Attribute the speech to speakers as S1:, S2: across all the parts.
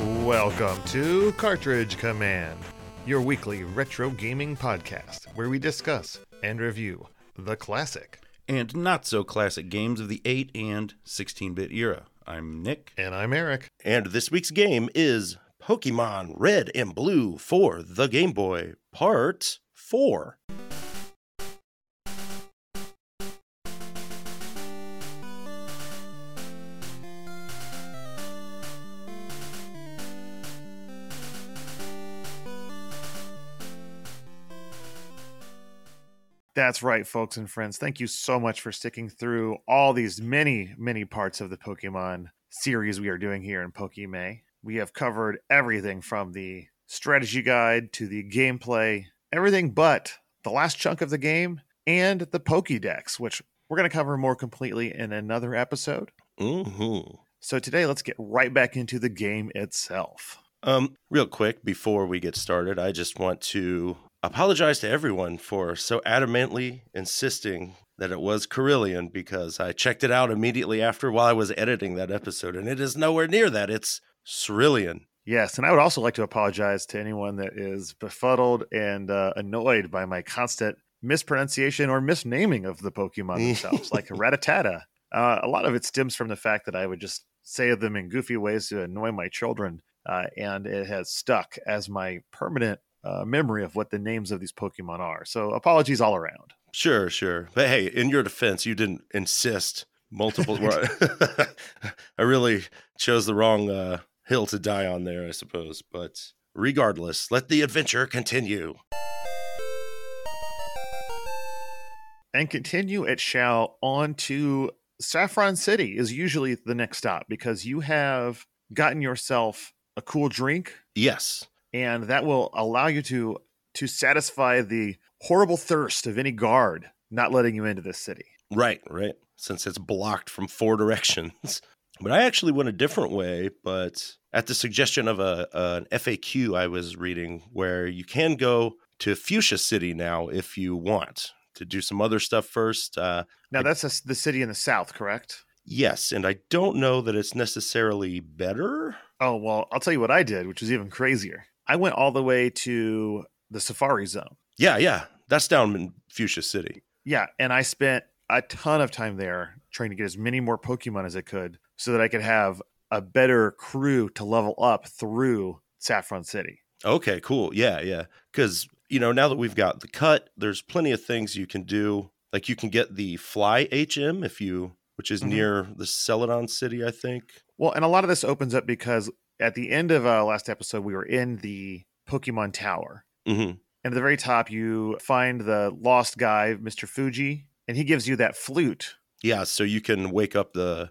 S1: Welcome to Cartridge Command, your weekly retro gaming podcast where we discuss and review the classic.
S2: and not so classic games of the 8 and 16 bit era. I'm Nick.
S1: And I'm Eric.
S3: And this week's game is Pokemon Red and Blue for the Game Boy, Part 4.
S4: That's right, folks and friends. Thank you so much for sticking through all these many, many parts of the Pokemon series we are doing here in Pokemay. We have covered everything from the strategy guide to the gameplay, everything but the last chunk of the game and the Pokédex, which we're going to cover more completely in another episode.
S3: Mm-hmm.
S4: So today, let's get right back into the game itself.
S3: Um, real quick, before we get started, I just want to apologize to everyone for so adamantly insisting that it was Carillion because I checked it out immediately after while I was editing that episode, and it is nowhere near that. It's Cerulean.
S4: Yes, and I would also like to apologize to anyone that is befuddled and uh, annoyed by my constant mispronunciation or misnaming of the Pokemon themselves, like Rattata. Uh, a lot of it stems from the fact that I would just say them in goofy ways to annoy my children, uh, and it has stuck as my permanent uh, memory of what the names of these Pokemon are. So apologies all around.
S3: Sure, sure. But hey, in your defense, you didn't insist multiple. I really chose the wrong uh, hill to die on there, I suppose. But regardless, let the adventure continue.
S4: and continue it shall on to Saffron City is usually the next stop because you have gotten yourself a cool drink
S3: Yes.
S4: and that will allow you to to satisfy the horrible thirst of any guard not letting you into this city.
S3: Right, right. Since it's blocked from four directions. But I actually went a different way, but at the suggestion of a an FAQ I was reading where you can go to Fuchsia City now if you want to do some other stuff first. Uh,
S4: Now
S3: I-
S4: that's a s the city in the south, correct?
S3: Yes, and I don't know that it's necessarily better.
S4: Oh, well, I'll tell you what I did, which was even crazier. I went all the way to the Safari Zone.
S3: Yeah, yeah, that's down in Fuchsia City.
S4: Yeah, and I spent a ton of time there trying to get as many more Pokemon as I could so that I could have a better crew to level up through Saffron City.
S3: Okay, cool. Yeah, yeah. Because, you know, now that we've got the cut, there's plenty of things you can do. Like you can get the Fly HM if you, which is
S4: Mhm.
S3: near the Celadon City, I think.
S4: Well, and a lot of this opens up because at the end of uh, last episode, we were in the Pokemon Tower.
S3: hmm
S4: And at the very top, you find the lost guy, Mr. Fuji, and he gives you that flute,
S3: Yeah, so you can wake up the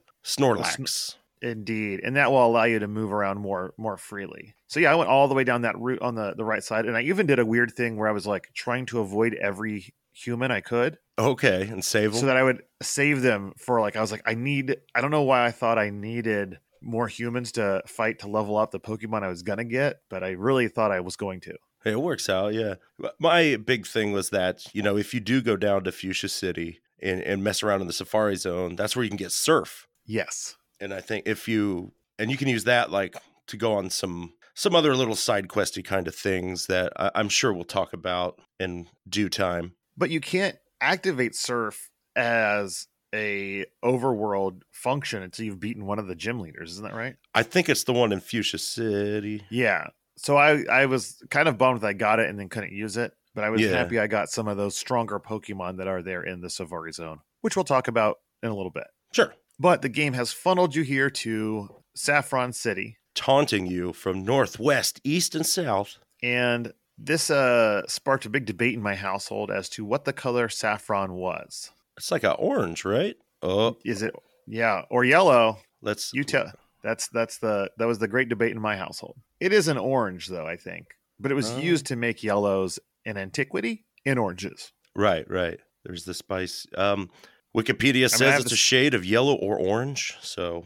S3: Snorlax.
S4: indeed. And that will allow you to move around more more freely. So yeah, I went all the way down that route on the, the right side. And I even did a weird thing where I was like trying to avoid every human I could
S3: Okay, and save them.
S4: so that I would save them for like I was like, I need I don't know why I thought I needed more humans to fight to level up the Pokemon I was gonna get, but I really thought I was going to.
S3: It works out, yeah. But My big thing was that, you know, if you do go down to Fuchsia City and, and mess around in the Safari Zone, that's where you can get surf.
S4: Yes.
S3: and I think if you and you can use that like to go on some some other little side questy kind of things that I, I'm sure we'll talk about in due time.
S4: But you can't activate Surf as a overworld function until you've beaten one of the gym leaders, isn't that right?
S3: I think it's the one in Fuchsia City.
S4: Yeah. So I I was kind of bummed that I got it and then couldn't use it, but I was
S3: Yeah.
S4: happy I got some of those stronger Pokemon that are there in the Savari zone, which we'll talk about in a little bit.
S3: Sure,
S4: But the game has funneled you here to Saffron City,
S3: taunting you from northwest, east, and south.
S4: and this uh sparked a big debate in my household as to what the color saffron was.
S3: It's like a orange, right? Oh,
S4: Is it yeah, or yellow?
S3: let's
S4: You tell that's that's the that was the great debate in my household. It is an orange though, I think. But it was
S3: Oh.
S4: used to make yellows in antiquity in oranges.
S3: right, right. There's the spice. Um, Wikipedia
S4: I
S3: says
S4: have
S3: it's
S4: to
S3: a
S4: s-
S3: shade of yellow or orange. So,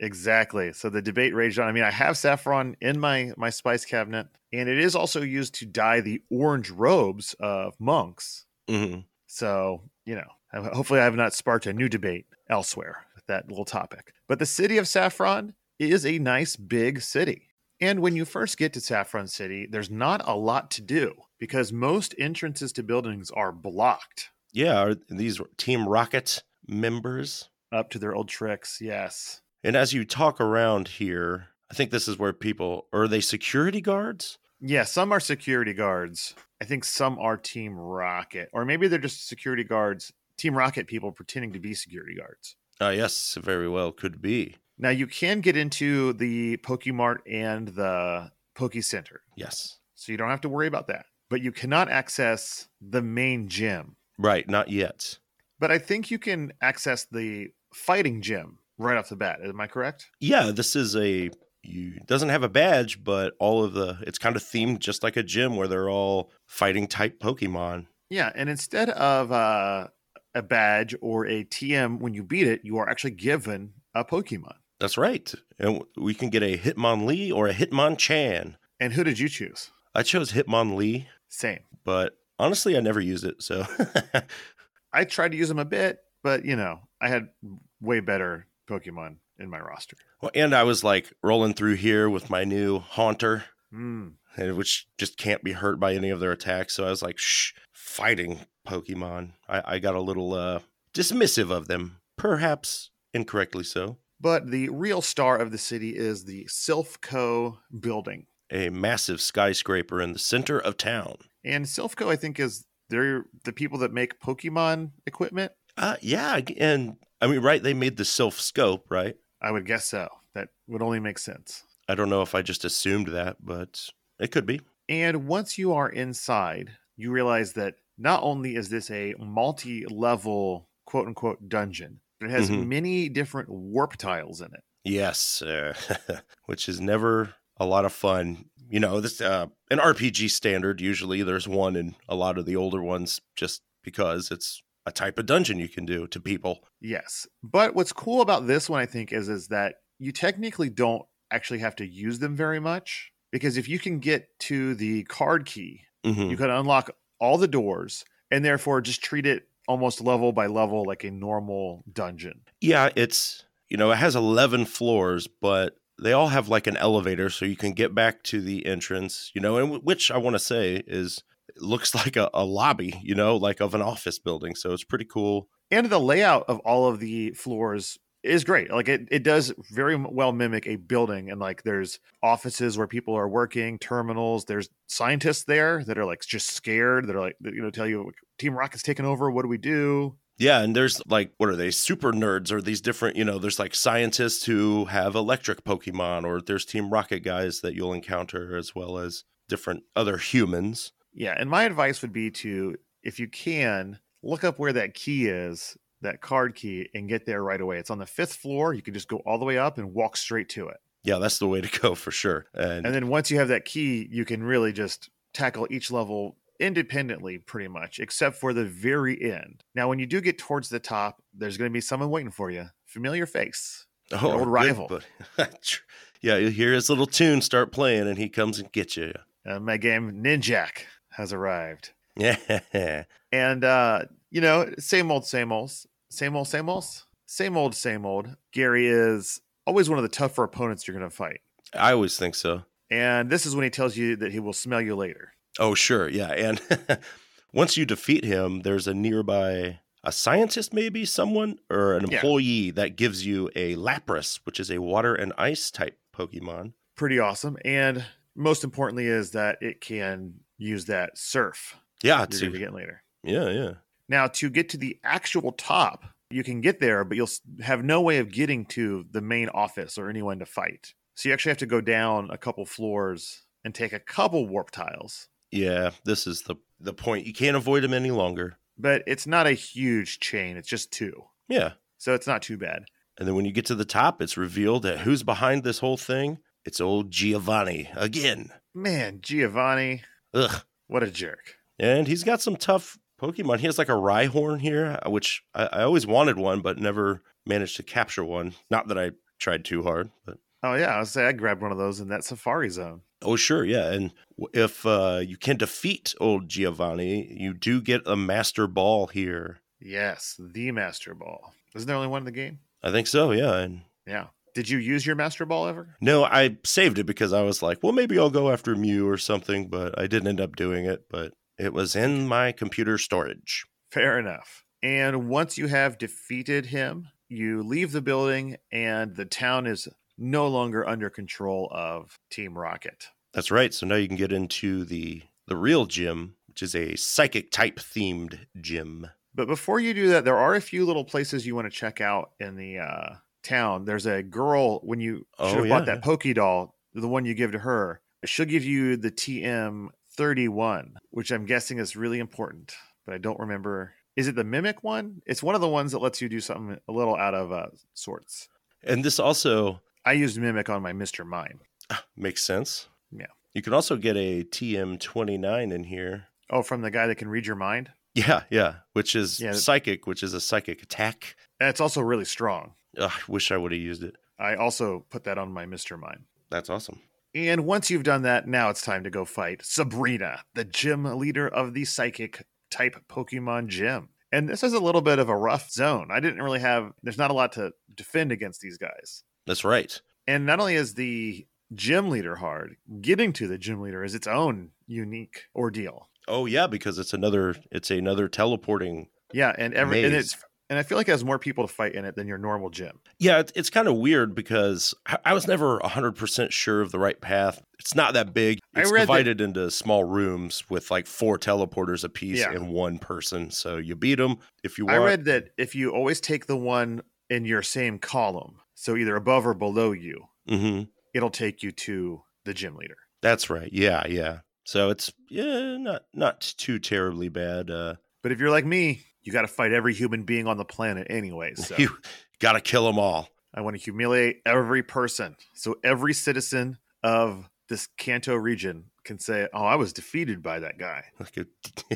S4: Exactly. So the debate raged on. I mean, I have saffron in my my spice cabinet, and it is also used to dye the orange robes of monks.
S3: mhm.
S4: So, you know, I- hopefully I have not sparked a new debate elsewhere with that little topic. But the city of Saffron is a nice big city. And when you first get to Saffron City, there's not a lot to do because most entrances to buildings are blocked
S3: Yeah, are these Team Rocket members?
S4: up to their old tricks. Yes.
S3: And as you talk around here, I think this is where people are they security guards?
S4: Yeah, some are security guards. I think some are Team Rocket, or maybe they're just security guards, Team Rocket people pretending to be security guards.
S3: Uh, yes, very well could be.
S4: Now you can get into the Pokemart and the Poke Center,
S3: Yes.
S4: so you don't have to worry about that. But you cannot access the main gym.
S3: Right, not yet.
S4: But I think you can access the fighting gym right off the bat. Am I correct?
S3: Yeah, this is a you doesn't have a badge, but all of the it's kind of themed just like a gym where they're all fighting type Pokemon.
S4: Yeah, and instead of uh, a badge or a TM when you beat it, you are actually given a Pokemon.
S3: That's right. And we can get a Hitmonlee or a Hitmonchan.
S4: And who did you choose?
S3: I chose Hitmonlee,
S4: Same.
S3: but honestly, I never used it. So
S4: I tried to use them a bit, but you know, I had way better Pokemon in my roster.
S3: Well, and I was like rolling through here with my new Haunter,
S4: Hmm.
S3: and- which just can't be hurt by any of their attacks. So I was like, shh, fighting Pokemon. I, I got a little uh, dismissive of them, perhaps incorrectly so.
S4: But the real star of the city is the Silphco building.
S3: A massive skyscraper in the center of town.
S4: And Silphco, I think, is they're the people that make Pokemon equipment.
S3: Uh, yeah, and I mean, right? They made the Sylph scope, right?
S4: I would guess so. That would only make sense.
S3: I don't know if I just assumed that, but it could be.
S4: And once you are inside, you realize that not only is this a multi level quote unquote dungeon, but it has
S3: Mhm.
S4: many different warp tiles in it.
S3: Yes, uh, which is never a lot of fun. You know, this uh, an RPG standard. Usually, there's one in a lot of the older ones, just because it's a type of dungeon you can do to people.
S4: Yes. But what's cool about this one, I think, is is that you technically don't actually have to use them very much. Because if you can get to the card key,
S3: Mhm.
S4: you can unlock all the doors and therefore just treat it almost level by level like a normal dungeon.
S3: Yeah, it's you know, it has eleven floors, but they all have like an elevator, so you can get back to the entrance. You know, and w- which I want to say is it looks like a, a lobby. You know, like of an office building. So it's pretty cool.
S4: And the layout of all of the floors is great. Like it, it does very m- well mimic a building. And like there's offices where people are working, terminals, there's scientists there that are like just scared. They're like, you know, tell you like, Team Rocket's taken over. What do we do?
S3: Yeah, and there's like what are they? Super nerds or these different, you know, there's like scientists who have electric Pokemon or there's Team Rocket guys that you'll encounter as well as different other humans.
S4: Yeah, and my advice would be to, if you can, look up where that key is, that card key, and get there right away. It's on the fifth floor. You can just go all the way up and walk straight to it.
S3: Yeah, that's the way to go for sure. And,
S4: And then once you have that key, you can really just tackle each level independently, pretty much, except for the very end. Now, when you do get towards the top, there's going to be someone waiting for you. Familiar face.
S3: oh,
S4: old
S3: good,
S4: rival.
S3: but- Tr- yeah, you hear his little tune start playing and he comes and gets you.
S4: Uh, my game, Ninjak, has arrived.
S3: Yeah.
S4: And uh, you know, same old, same old, same old, same old, same old, same old. Gary is always one of the tougher opponents you're going to fight.
S3: I always think so.
S4: And this is when he tells you that he will smell you later.
S3: Oh, sure. Yeah. And once you defeat him, there's a nearby a scientist maybe someone or an
S4: Yeah.
S3: employee that gives you a Lapras, which is a water and ice type Pokemon.
S4: Pretty awesome. And most importantly is that it can use that surf
S3: Yeah,
S4: you're going
S3: to,
S4: to get later.
S3: yeah, yeah.
S4: Now, to get to the actual top, you can get there, but you'll s- have no way of getting to the main office or anyone to fight. So you actually have to go down a couple floors and take a couple warp tiles
S3: Yeah, this is the the point. You can't avoid him any longer.
S4: but it's not a huge chain. It's just two.
S3: Yeah.
S4: So it's not too bad.
S3: And then when you get to the top, it's revealed that who's behind this whole thing? It's old Giovanni again.
S4: Man, Giovanni,
S3: Ugh.
S4: what a jerk.
S3: And he's got some tough Pokemon. He has like a Rhyhorn here, uh, which I, I always wanted one, but never managed to capture one. Not that I tried too hard, but
S4: Oh, yeah. I was say I grabbed one of those in that safari zone.
S3: oh, sure, yeah. And w- if uh, you can defeat old Giovanni, you do get a Master Ball here.
S4: Yes, the Master Ball. Isn't there only one in the game?
S3: I think so, yeah. And
S4: Yeah. Did you use your Master Ball ever?
S3: No, I saved it because I was like, well, maybe I'll go after Mew or something, but I didn't end up doing it. But it was in my computer storage.
S4: Fair enough. And once you have defeated him, you leave the building, and the town is no longer under control of Team Rocket.
S3: That's right. So now you can get into the the real gym, which is a psychic type themed gym.
S4: But before you do that, there are a few little places you want to check out in the uh, town. There's a girl when you
S3: Oh,
S4: should have
S3: yeah,
S4: bought that Poke doll, the one you give to her. She'll give you the TM thirty one, which I'm guessing is really important, but I don't remember. Is it the mimic one? It's one of the ones that lets you do something a little out of uh, sorts.
S3: And this also ah,
S4: I used mimic on my Mister Mime.
S3: makes sense.
S4: Yeah.
S3: You can also get a TM29 in here.
S4: Oh, from the guy that can read your mind.
S3: Yeah, yeah, which is
S4: Yeah.
S3: psychic, which is a psychic attack.
S4: And it's also really strong.
S3: Ugh, I wish I would have used it.
S4: I also put that on my Mister Mime.
S3: That's awesome.
S4: And once you've done that, now it's time to go fight Sabrina, the gym leader of the psychic type Pokemon gym. And this is a little bit of a rough zone. I didn't really have, there's not a lot to defend against these guys.
S3: That's right.
S4: And not only is the gym leader hard, getting to the gym leader is its own unique ordeal.
S3: Oh yeah, because it's another it's another teleporting.
S4: Yeah. And every, and
S3: Maze.
S4: it's, and I feel like it has more people to fight in it than your normal gym.
S3: Yeah, it, it's kind of weird because I- I was never 100% sure of the right path. It's not that big.
S4: I
S3: It's
S4: read that-
S3: divided into small rooms with like four teleporters apiece
S4: Yeah.
S3: and one person. So you beat them if you
S4: I
S3: want.
S4: read that if you always take the one in your same column, so either above or below you,
S3: hmm
S4: it'll take you to the gym leader.
S3: That's right. Yeah, yeah. So it's yeah, not not too terribly bad. Uh,
S4: But if you're like me, you got to fight every human being on the planet anyway. So
S3: You got to kill them all.
S4: I want to humiliate every person. So every citizen of this Kanto region can say, "Oh, I was defeated by that guy."
S3: Like a,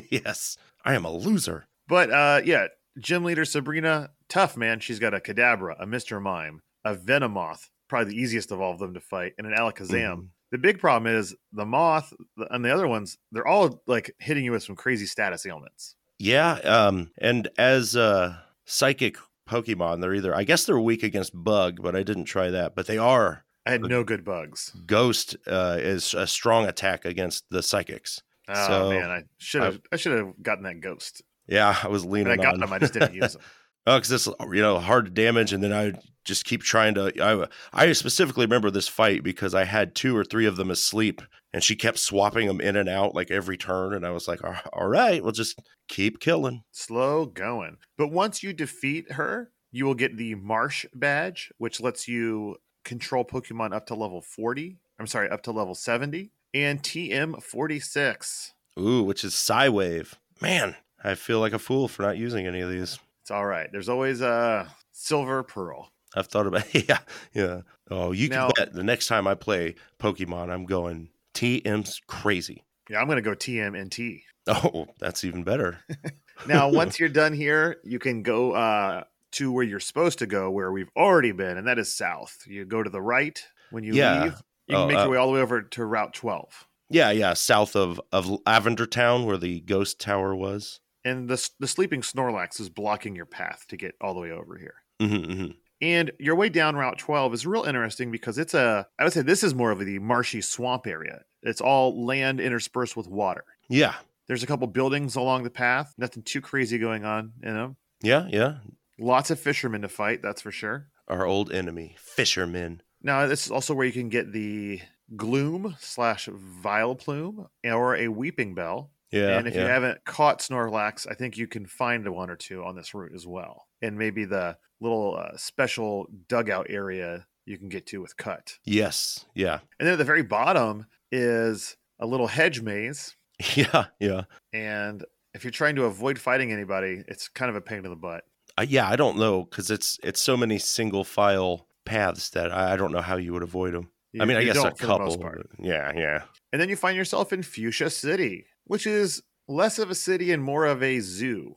S3: yes, I am a loser.
S4: But uh yeah, gym leader Sabrina, tough man. She's got a Kadabra, a Mr. Mime, a Venomoth, probably the easiest of all of them to fight, and an Alakazam.
S3: Mhm.
S4: The big problem is the moth and the other ones, they're all like hitting you with some crazy status ailments.
S3: Yeah, um, and as uh, psychic Pokemon, they're either I guess they're weak against bug, but I didn't try that. But they are
S4: I had no good bugs.
S3: ghost uh, is a strong attack against the psychics.
S4: Oh
S3: So,
S4: man, I should have I should have gotten that ghost.
S3: Yeah, I was
S4: And
S3: leaning
S4: I got
S3: on.
S4: them, I just didn't use them.
S3: Oh, because it's you know hard to damage, and then I just keep trying to. I I specifically remember this fight because I had two or three of them asleep, and she kept swapping them in and out like every turn, and I was like, "All- all right, we'll just keep killing.
S4: Slow going. But once you defeat her, you will get the Marsh badge, which lets you control Pokemon up to level 40. I'm sorry, up to level 70 and TM 46.
S3: Ooh, which is Psywave. Man, I feel like a fool for not using any of these.
S4: It's all right. There's always a silver pearl.
S3: I've thought about yeah, yeah. Oh, you can
S4: Now-
S3: bet the next time I play Pokemon, I'm going TM's crazy.
S4: Yeah, I'm going to go TM and T.
S3: Oh, that's even better.
S4: Now, once you're done here, you can go uh, to where you're supposed to go, where we've already been, and that is south. You go to the right when you
S3: Yeah.
S4: leave. You can
S3: Oh,
S4: make
S3: uh,
S4: your way all the way over to Route 12.
S3: Yeah, yeah, south of of Lavender Town where the ghost tower was.
S4: and the the sleeping Snorlax is blocking your path to get all the way over here.
S3: Mm-hmm, mm-hmm.
S4: And your way down Route 12 is real interesting because it's a I would say this is more of the marshy swamp area. It's all land interspersed with water.
S3: Yeah,
S4: There's a couple buildings along the path, nothing too crazy going on in them.
S3: yeah, yeah.
S4: Lots of fishermen to fight, that's for sure.
S3: Our old enemy, fishermen.
S4: Now, this is also where you can get the Gloom slash Vile Plume or a Weeping Bell.
S3: Yeah,
S4: and if you
S3: yeah.
S4: haven't caught Snorlax, I think you can find one or two on this route as well. And maybe the little uh, special dugout area you can get to with Cut.
S3: yes, yeah,
S4: And then at the very bottom is a little hedge maze.
S3: yeah, yeah.
S4: And if you're trying to avoid fighting anybody, it's kind of a pain in the butt.
S3: I, yeah, I don't know because it's it's so many single file paths that I, I don't know how you would avoid them. I
S4: You-
S3: mean, I
S4: you
S3: guess a
S4: don't for the most
S3: couple.
S4: part.
S3: but Yeah, yeah.
S4: And then you find yourself in Fuchsia City, which is less of a city and more of a zoo.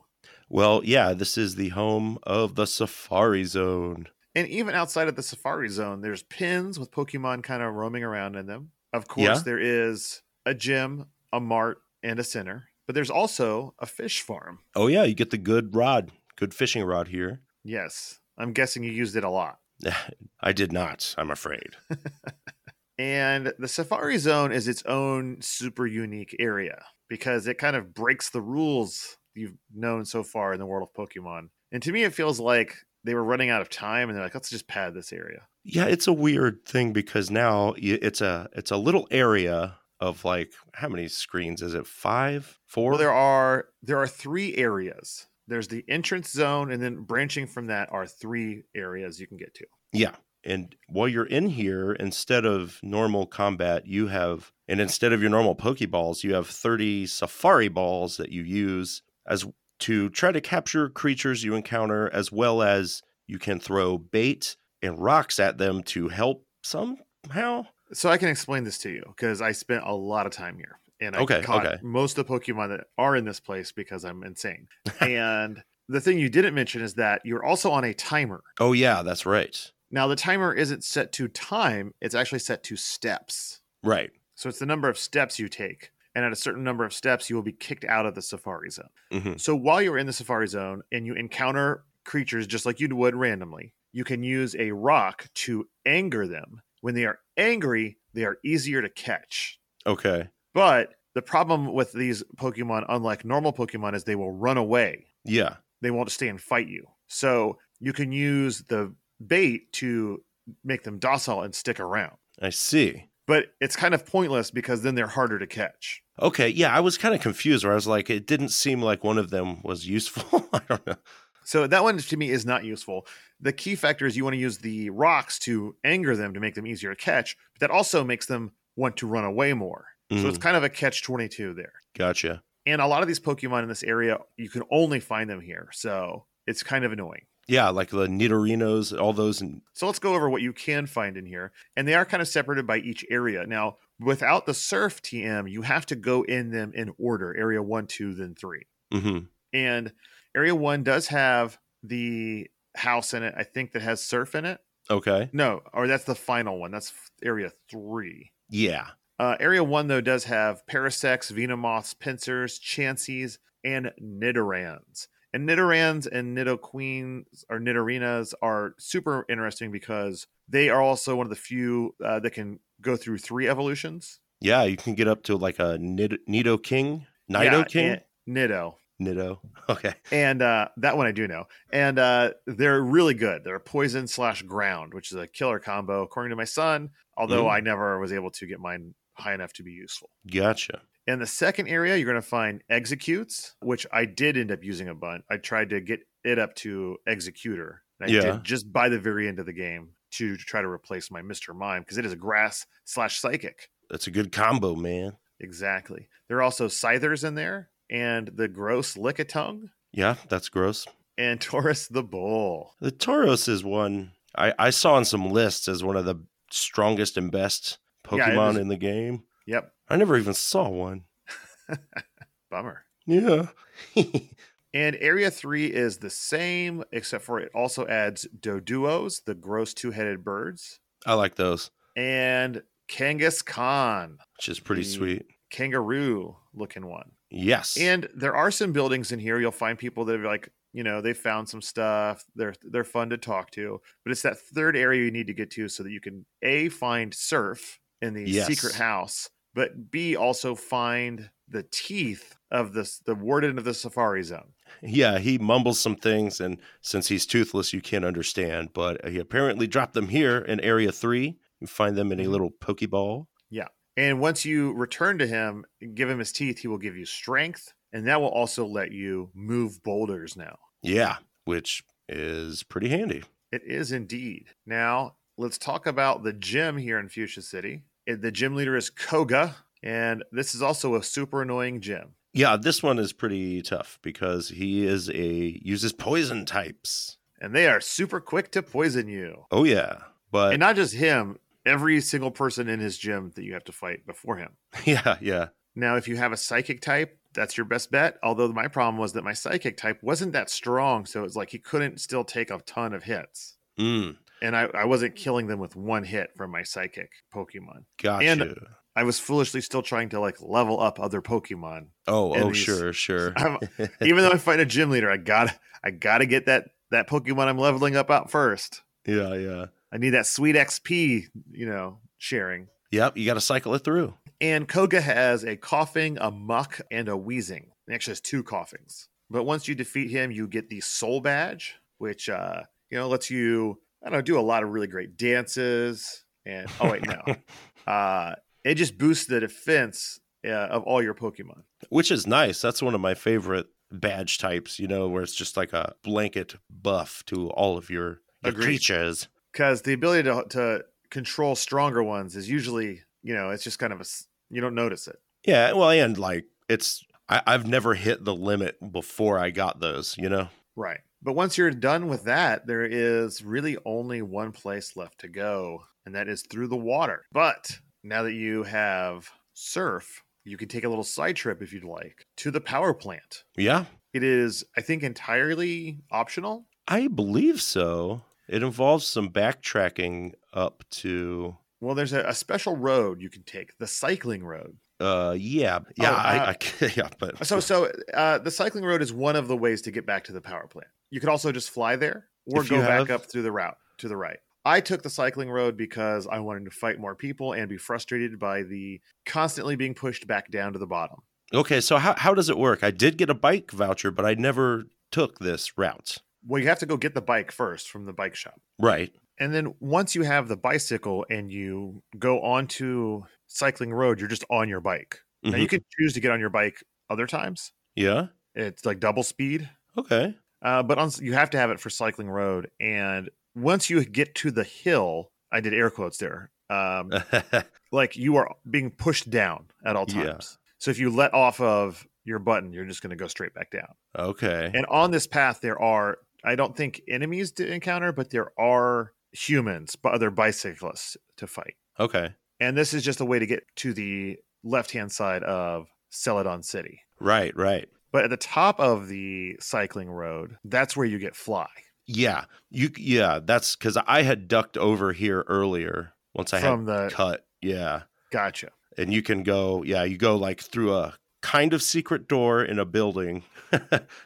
S3: Well, yeah, this is the home of the Safari Zone.
S4: And even outside of the Safari Zone, there's pins with Pokemon kind of roaming around in them. Of course,
S3: Yeah.
S4: there is a gym, a mart, and a center, but there's also a fish farm.
S3: Oh yeah, you get the good rod, good fishing rod here.
S4: Yes, I'm guessing you used it a lot.
S3: I did not, I'm afraid.
S4: And the Safari Zone is its own super unique area because it kind of breaks the rules you've known so far in the world of Pokemon. And to me, it feels like they were running out of time and they're like, let's just pad this area.
S3: Yeah, it's a weird thing because now y- it's a it's a little area of like how many screens is it? Five, four?
S4: Well, there are there are three areas. There's the entrance zone, and then branching from that are three areas you can get to.
S3: Yeah. And while you're in here, instead of normal combat, you have, and instead of your normal Pokeballs, you have 30 Safari Balls that you use as to try to capture creatures you encounter, as well as you can throw bait and rocks at them to help somehow.
S4: So I can explain this to you because I spent a lot of time here and I
S3: Okay,
S4: caught
S3: okay.
S4: most of the Pokemon that are in this place because I'm insane. and the thing you didn't mention is that you're also on a timer.
S3: Oh, yeah, that's right.
S4: Now the timer isn't set to time, it's actually set to steps.
S3: Right.
S4: So it's the number of steps you take. And at a certain number of steps, you will be kicked out of the Safari Zone.
S3: Mhm.
S4: So while you're in the Safari Zone and you encounter creatures just like you would randomly, you can use a rock to anger them. When they are angry, they are easier to catch.
S3: Okay.
S4: But the problem with these Pokemon, unlike normal Pokemon, is they will run away.
S3: Yeah.
S4: They won't stay and fight you. So you can use the bait to make them docile and stick around.
S3: I see.
S4: But it's kind of pointless because then they're harder to catch.
S3: Okay. Yeah. I was kind of confused where I was like, it didn't seem like one of them was useful. I don't know.
S4: So that one to me is not useful. The key factor is you want to use the rocks to anger them to make them easier to catch, but that also makes them want to run away more. So it's
S3: Mm,
S4: kind of a catch 22 there.
S3: gotcha.
S4: And a lot of these Pokemon in this area, you can only find them here. So it's kind of annoying.
S3: Yeah, like the Nidorinos, all those. And,
S4: So let's go over what you can find in here. And they are kind of separated by each area. Now, without the surf TM, you have to go in them in order area one, two, then three.
S3: Mhm.
S4: And area one does have the house in it, I think, that has surf in it.
S3: Okay.
S4: No, or that's the final one. That's f- area three.
S3: Yeah.
S4: Uh, area one, though, does have Parasex, Venomoths, Pincers, Chanseys, and Nidorans. And Nidorans and Nidoqueens or Nidorinas are super interesting because they are also one of the few uh, that can go through three evolutions.
S3: Yeah. You can get up to like a Nid- Nido King, Nido
S4: Yeah,
S3: King,
S4: and- Nido.
S3: Nido. Okay.
S4: And uh, that one I do know. And uh, they're really good. They're poison slash ground, which is a killer combo, according to my son, although
S3: Mm.
S4: I never was able to get mine high enough to be useful.
S3: Gotcha.
S4: In the second area, you're going to find executes, which I did end up using a bunch. I tried to get it up to executor. And I
S3: Yeah.
S4: did just by the very end of the game to try to replace my Mr. Mime because it is a grass slash psychic.
S3: That's a good combo, man.
S4: Exactly. There are also scythers in there and the gross lickitung
S3: Yeah. That's gross.
S4: and Taurus the bull.
S3: The Tauros is one I, I saw on some lists as one of the strongest and best
S4: Yeah, it
S3: Pokemon
S4: is-
S3: in the game.
S4: Yep.
S3: I never even saw one.
S4: Bummer.
S3: Yeah.
S4: And area three is the same, except for it also adds doduos, the gross two headed birds,
S3: I like those,
S4: and Kangaskhan.
S3: which is pretty
S4: Mm.
S3: sweet.
S4: kangaroo looking one.
S3: Yes.
S4: And there are some buildings in here. You'll find people that are like, you know, they found some stuff. They're they're fun to talk to. But it's that third area you need to get to so that you can A find surf in the
S3: Yes.
S4: secret house, but B also find the teeth of this the warden of the safari zone.
S3: Yeah, he mumbles some things, and since he's toothless, you can't understand. But he apparently dropped them here in Area 3. You find them
S4: Mm-hmm.
S3: in a little Pokeball.
S4: And once you return to him, give him his teeth, he will give you strength, and that will also let you move boulders now.
S3: Yeah, which is pretty handy.
S4: It is indeed. Now, let's talk about the gym here in Fuchsia City. It- The gym leader is Koga, and this is also a super annoying gym.
S3: Yeah, this one is pretty tough because he is a uses poison types.
S4: And they are super quick to poison you.
S3: Oh yeah, but
S4: And not just him, every single person in his gym that you have to fight before him.
S3: yeah, yeah,
S4: Now, if you have a psychic type, that's your best bet. Although my problem was that my psychic type wasn't that strong, so it's like he couldn't still take a ton of hits.
S3: mm,
S4: And I, I wasn't killing them with one hit from my psychic Pokemon.
S3: got
S4: And-
S3: you.
S4: I was foolishly still trying to like level up other Pokemon.
S3: Oh,
S4: and
S3: oh,
S4: he's-
S3: sure, sure.
S4: I'm- even though I find a gym leader, I gotta I gotta get that that Pokemon I'm leveling up out first.
S3: Yeah, yeah.
S4: I need that sweet XP, you know, sharing.
S3: Yep, you got to cycle it through.
S4: And Koga has a coughing, a muck, and a wheezing. He actually has two coughings. But once you defeat him, you get the soul badge, which uh, you know lets you I don't know, do a lot of really great dances. And oh wait, no, uh, it just boosts the defense uh, of all your Pokemon.
S3: Which is nice. That's one of my favorite badge types, you know, where it's just like a blanket buff to all of your, your
S1: Agreed.
S3: creatures.
S4: because the ability to, to control stronger ones is usually you know it's just kind of a s- you don't notice it
S3: Yeah, well, and like it's I, I've never hit the limit before I got those, you know?
S4: right but once you're done with that there is really only one place left to go and that is through the water but now that you have surf you can take a little side trip if you'd like to the power plant
S3: Yeah.
S4: it is i think entirely optional
S3: I believe so. It involves some backtracking up to
S4: well there's a, a special road you can take the cycling road
S3: uh yeah. Yeah,
S4: Oh,
S3: I,
S4: uh,
S3: I yeah, but
S4: So, so uh, the cycling road is one of the ways to get back to the power plant. You could also just fly there or
S3: If
S4: go
S3: you
S4: back
S3: have-
S4: up through the route to the right. I took the cycling road because I wanted to fight more people and be frustrated by the constantly being pushed back down to the bottom.
S3: Okay, so how how does it work? I did get a bike voucher, but I never took this route.
S4: Well, you have to go get the bike first from the bike shop.
S3: Right.
S4: And then once you have the bicycle and you go onto cycling road, you're just on your bike. Now you
S3: Mhm.
S4: can choose to get on your bike other times.
S3: yeah.
S4: It's like double speed.
S3: Okay.
S4: Uh, but on, you have to have it for cycling road. And once you get to the hill, I did air quotes there. Um,
S3: Uh.
S4: like you are being pushed down at all
S3: Yeah.
S4: times. So if you let off of your button, you're just going to go straight back down.
S3: okay.
S4: And on this path, there are I don't think enemies to encounter, but there are humans, but other bicyclists to fight.
S3: Okay.
S4: And this is just a way to get to the left hand side of Celadon City.
S3: Right, right.
S4: But at the top of the cycling road, that's where you get fly.
S3: Yeah. You yeah, that's cuz I had ducked over here earlier once I
S4: from
S3: had
S4: the
S3: cut. Yeah.
S4: gotcha.
S3: and you can go yeah you go like through a kind of secret door in a building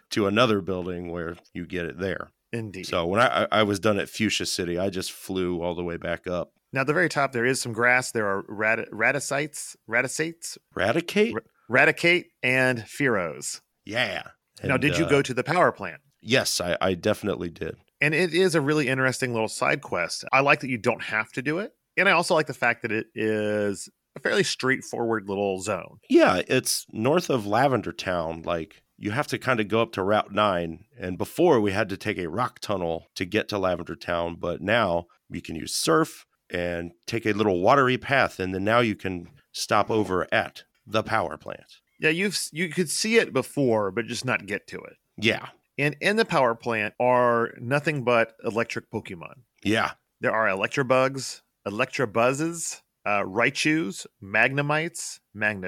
S3: to another building where you get it there
S4: Indeed.
S3: so when I, I I was done at fuchsia city i just flew all the way back up
S4: now, at the very top, there is some grass. There are rat- radicites, radicates,
S3: radicate
S4: Ra- radicate, and pheros.
S3: yeah
S4: now,
S3: And,
S4: did you
S3: uh,
S4: go to the power plant?
S3: yes I, I definitely did
S4: And it is a really interesting little side quest. I like that you don't have to do it. And I also like the fact that it is a fairly straightforward little zone.
S3: yeah it's north of lavender town like you have to kind of go up to route 9 and before we had to take a rock tunnel to get to lavender town but now you can use surf and take a little watery path and then now you can stop over at the power plant
S4: Yeah, you've s- you could see it before, but just not get to it.
S3: yeah
S4: And in the power plant are nothing but electric Pokemon.
S3: yeah
S4: There are Electrobugs, Electrobuzzes, uh, Raichus, Magnemites,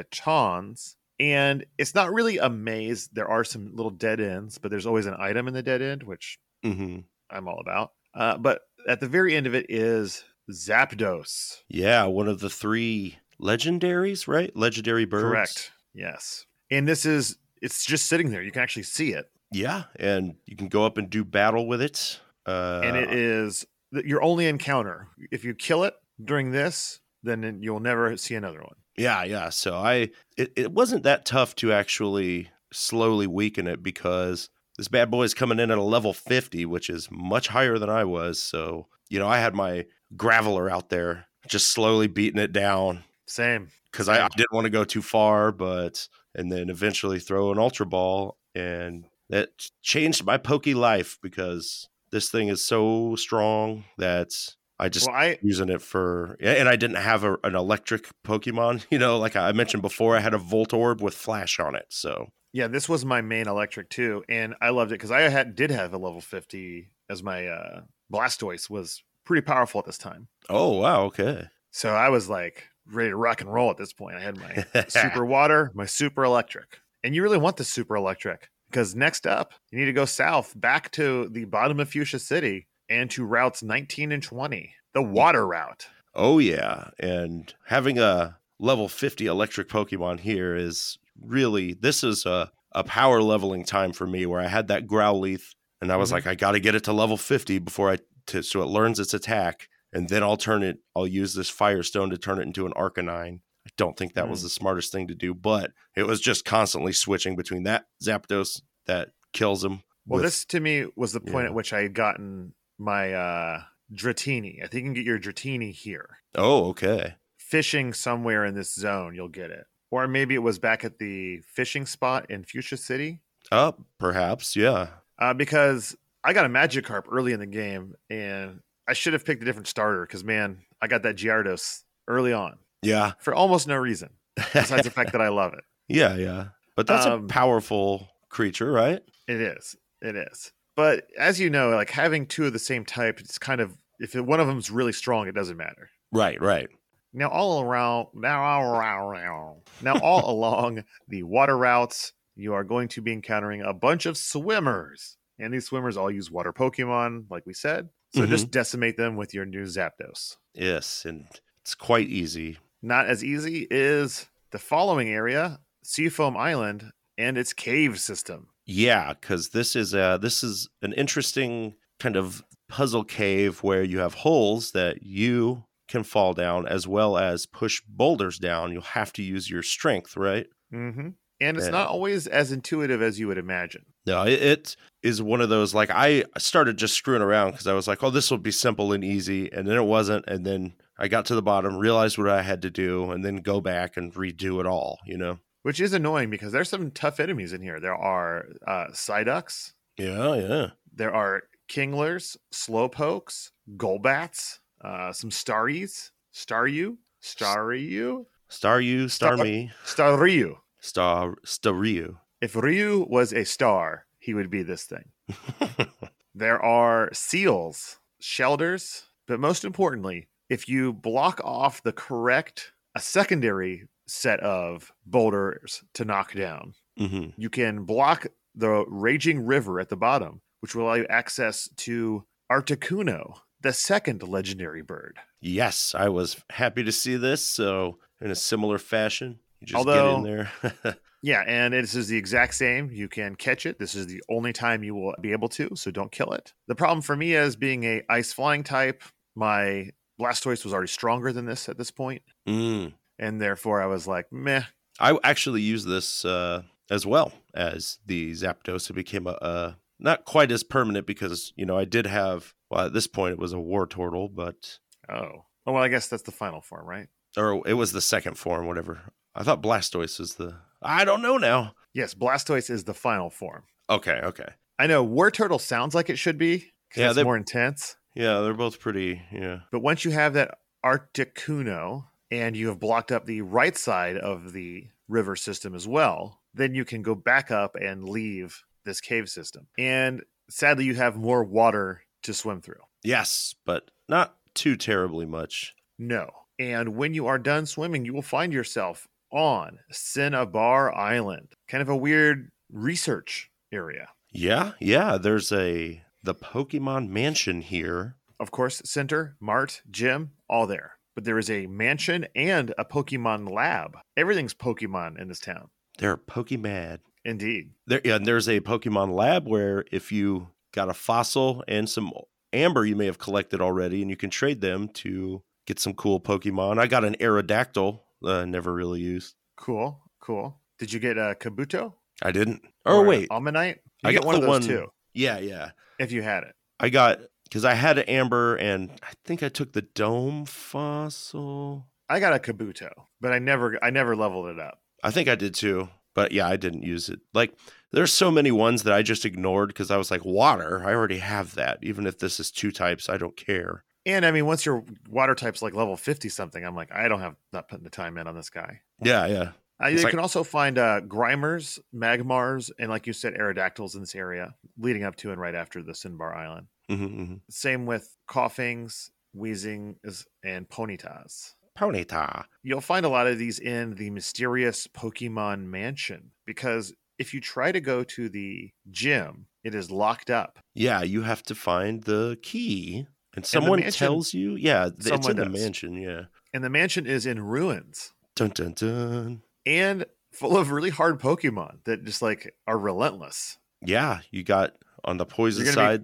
S4: Magnetons, and it's not really a maze. There are some little dead ends, but there's always an item in the dead end, which
S3: hmm
S4: I'm all about. Uh, but at the very end of it is Zapdos.
S3: yeah one of the three legendaries right legendary birds
S4: Correct. Yes. And this is, it's just sitting there. You can actually see it.
S3: yeah and you can go up and do battle with it uh,
S4: and it is th- your only encounter. If you kill it during this, then you'll never see another one.
S3: Yeah, yeah. So I it, it wasn't that tough to actually slowly weaken it because this bad boy is coming in at a level 50, which is much higher than I was. So, you know, I had my graveler out there just slowly beating it down
S4: Same.
S3: because I, I didn't want to go too far, but and then eventually throw an ultra ball and that changed my pokey life because this thing is so strong that I just
S4: Well, I,
S3: using it for yeah, and I didn't have a, an electric Pokemon, you know, like I mentioned before, I had a Voltorb with Flash on it. So
S4: Yeah, this was my main electric too, and I loved it because I had did have a level fifty as my uh, Blastoise was pretty powerful at this time.
S3: Oh wow, okay.
S4: So I was like ready to rock and roll at this point. I had my super water, my super electric, and you really want the super electric because next up you need to go south back to the bottom of Fuchsia City and to routes nineteen and twenty, the water route.
S3: oh yeah. And having a level 50 electric Pokemon here is really this is a, a power leveling time for me where I had that Growlithe and I was
S4: Mhm.
S3: like, I gotta get it to level 50 before I to so it learns its attack, and then I'll turn it. I'll use this Firestone to turn it into an Arcanine. I don't think that was
S4: Mm.
S3: the smartest thing to do, but it was just constantly switching between that Zapdos that kills him.
S4: Well,
S3: with-
S4: this to me was the point
S3: Yeah.
S4: at which I had gotten my uh, Dratini. I think you can get your Dratini here.
S3: oh okay,
S4: Fishing somewhere in this zone, you'll get it. Or maybe it was back at the fishing spot in Fuchsia City.
S3: up perhaps yeah.
S4: uh, because I got a Magikarp early in the game, and I should have picked a different starter because man, I got that Gyarados early on
S3: Yeah.
S4: for almost no reason besides the fact that I love it.
S3: yeah, yeah. But that's
S4: Um,
S3: a powerful creature, right?
S4: It is, it is. But as you know, like having two of the same type, it's kind of if it, one of them's really strong, it doesn't matter.
S3: Right, right.
S4: Now all around, now all around, now all along the water routes, you are going to be encountering a bunch of swimmers, and these swimmers all use water Pokemon, like we said. So
S3: Mhm.
S4: just decimate them with your new Zapdos.
S3: Yes, and it's quite easy.
S4: Not as easy is the following area, Seafoam Island, and its cave system.
S3: Yeah, because this is a this is an interesting kind of puzzle cave where you have holes that you can fall down as well as push boulders down. You'll have to use your strength, right?
S4: Mm-hmm. And it's
S3: Yeah.
S4: not always as intuitive as you would imagine.
S3: No, it, it is one of those like I started just screwing around because I was like, oh, this will be simple and easy, and then it wasn't, and then I got to the bottom, realized what I had to do, and then go back and redo it all. You know?
S4: Which is annoying because there's some tough enemies in here. There are uh, Psyducks,
S3: Yeah, yeah.
S4: there are Kinglers, Slowpokes, Golbats, uh, some Starries, Staryu, Staryu,
S3: Star you, star,
S4: Star-
S3: me,
S4: Staryu.
S3: star star Ryu.
S4: If Ryu was a star, he would be this thing. There are seals, shelters, but most importantly, if you block off the correct, a secondary set of boulders to knock down,
S3: hmm
S4: you can block the raging river at the bottom, which will allow you access to Articuno, the second legendary bird.
S3: Yes, I was happy to see this. So in a similar fashion, you just
S4: Although-
S3: get in there.
S4: Yeah, and this is the exact same. You can catch it. This is the only time you will be able to, so don't kill it. The problem for me is being a ice flying type, my Blastoise was already stronger than this at this point,
S3: Mm.
S4: and therefore I was like, meh.
S3: I actually use this uh, as well as the Zapdos. It became a, a not quite as permanent because you know I did have well at this point it was a War Turtle, but
S4: Oh. Oh well, I guess that's the final form, right?
S3: or it was the second form, whatever. I thought Blastoise was the. I don't know now.
S4: Yes, Blastoise is the final form.
S3: Okay, okay.
S4: I know War Turtle sounds like it should be.
S3: Yeah,
S4: Yeah, it's
S3: they-
S4: more intense.
S3: Yeah, they're both pretty. Yeah.
S4: But once you have that Articuno and you have blocked up the right side of the river system as well, then you can go back up and leave this cave system. And sadly, you have more water to swim through.
S3: Yes, but not too terribly much.
S4: No. And when you are done swimming, you will find yourself on Cinnabar Island, kind of a weird research area.
S3: Yeah, yeah. There's a the Pokemon Mansion here.
S4: Of course, center, mart, gym, all there. But there is a mansion and a Pokemon lab. Everything's Pokemon in this town.
S3: They're Pokemad.
S4: Indeed.
S3: There yeah, and there's a Pokemon lab where if you got a fossil and some amber you may have collected already, and you can trade them to get some cool Pokemon. I got an Aerodactyl that I never really used.
S4: Cool, cool. Did you get a Kabuto?
S3: I didn't. Oh
S4: Or uh, a
S3: wait.
S4: Almanite? You
S3: I
S4: get
S3: got
S4: one of
S3: the
S4: those
S3: one-
S4: too,
S3: Yeah, yeah.
S4: if you had it.
S3: I got because I had an amber and I think I took the dome fossil.
S4: I got a Kabuto, but I never I never leveled it up.
S3: I think I did too, but yeah, I didn't use it. Like there's so many ones that I just ignored because I was like, water, I already have that. Even if this is two types, I don't care.
S4: And I mean, once your water type's like level 50 something, I'm like, I don't have not putting the time in on this guy.
S3: Yeah, yeah.
S4: Uh, you
S3: It's like-
S4: can also find uh, Grimers, Magmars, and like you said, Aerodactyls in this area, leading up to and right after the Cinnabar Island.
S3: hmm hmm
S4: Same with Coughings, Wheezings, and Ponytas.
S3: Ponyta.
S4: You'll find a lot of these in the mysterious Pokemon Mansion because if you try to go to the gym, it is locked up.
S3: Yeah, you have to find the key. And someone
S4: mansion-
S3: tells you, yeah, th- it's
S4: Someone
S3: in the
S4: does.
S3: mansion. Yeah.
S4: And the mansion is in ruins
S3: Dun dun dun.
S4: and full of really hard Pokemon that just like are relentless.
S3: Yeah, you got on the poison
S4: You're gonna
S3: side.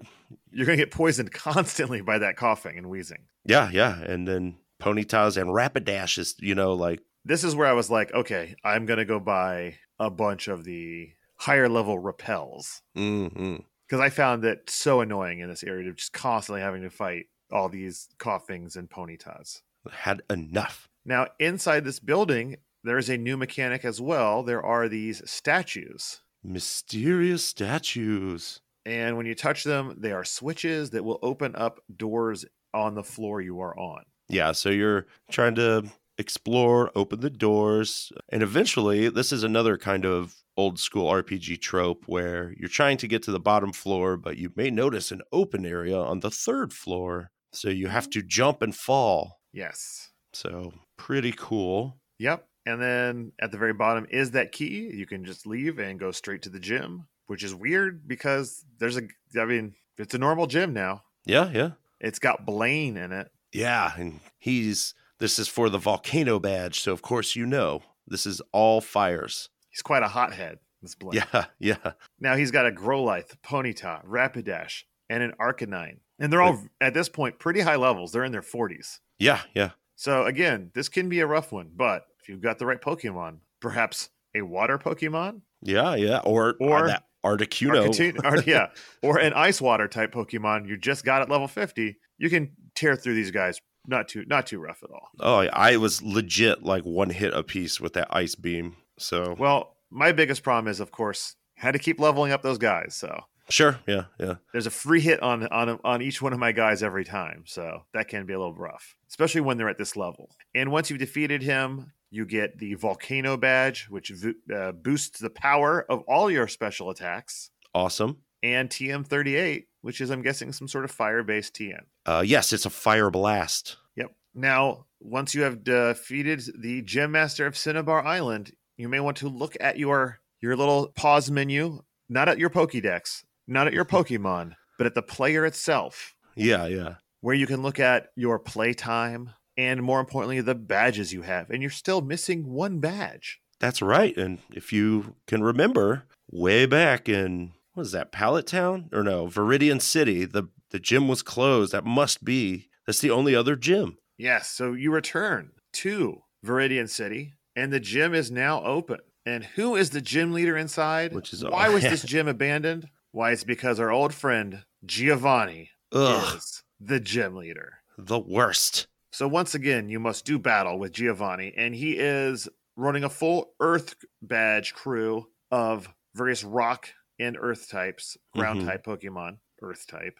S4: You're going to get poisoned constantly by that coughing and wheezing.
S3: yeah, yeah. And then ponytails and rapid dashes, you know, like
S4: This is where I was like, okay, I'm going to go buy a bunch of the higher level repels
S3: mm-hmm.
S4: because I found that so annoying in this area of just constantly having to fight all these coughings and ponytas.
S3: had enough.
S4: Now, inside this building, there is a new mechanic as well. There are these statues.
S3: Mysterious statues.
S4: And when you touch them, they are switches that will open up doors on the floor you are on.
S3: Yeah, so you're trying to explore, open the doors, and eventually this is another kind of old school RPG trope where you're trying to get to the bottom floor, but you may notice an open area on the third floor. So you have to jump and fall.
S4: Yes.
S3: So pretty cool.
S4: Yep. And then at the very bottom is that key. You can just leave and go straight to the gym, which is weird because there's a, I mean, it's a normal gym now.
S3: Yeah, yeah.
S4: It's got Blaine in it.
S3: Yeah, and he's this is for the volcano badge, so of course you know. This is all fires.
S4: He's quite a hothead, this Blaine.
S3: Yeah, yeah.
S4: Now he's got a Growlithe, Ponyta, Rapidash, and an Arcanine. And they're all, at this point, pretty high levels. They're in their 40s.
S3: Yeah, yeah.
S4: So again, this can be a rough one, but if you've got the right Pokemon, perhaps a water Pokemon,
S3: Yeah, yeah. Or
S4: Or-
S3: or that
S4: or
S3: Articuno.
S4: contin- or- yeah, or an ice water type Pokemon you just got at level fifty, you can tear through these guys. Not too, not too rough at all.
S3: Oh, yeah, I was legit like one hit a piece with that ice beam. So
S4: Well, my biggest problem is, of course, had to keep leveling up those guys. So
S3: sure, yeah, yeah,
S4: there's a free hit on on on each one of my guys every time. So that can be a little rough, especially when they're at this level. And once you've defeated him, you get the volcano badge, which vo- uh, boosts the power of all your special attacks,
S3: awesome.
S4: and TM38, which is I'm guessing some sort of fire based TM.
S3: Uh, yes, it's a fire blast.
S4: Yep. Now, once you have defeated the gym master of Cinnabar Island, you may want to look at your your little pause menu, not at your Pokédex, not at your Pokemon, but at the player itself,
S3: Yeah, yeah,
S4: where you can look at your playtime and more importantly the badges you have. And you're still missing one badge.
S3: that's right. And if you can remember, way back in what is that Pallet Town or no Viridian City, the the gym was closed. That must be that's the only other gym.
S4: Yes, so you return to Viridian City and the gym is now open. And who is the gym leader inside?
S3: Which is-
S4: why was this gym abandoned? Why it's because our old friend Giovanni
S3: Ugh,
S4: is the gym leader.
S3: the worst.
S4: So once again, you must do battle with Giovanni, and he is running a full Earth badge crew of various rock and Earth types, ground
S3: Mhm.
S4: type Pokemon, Earth type,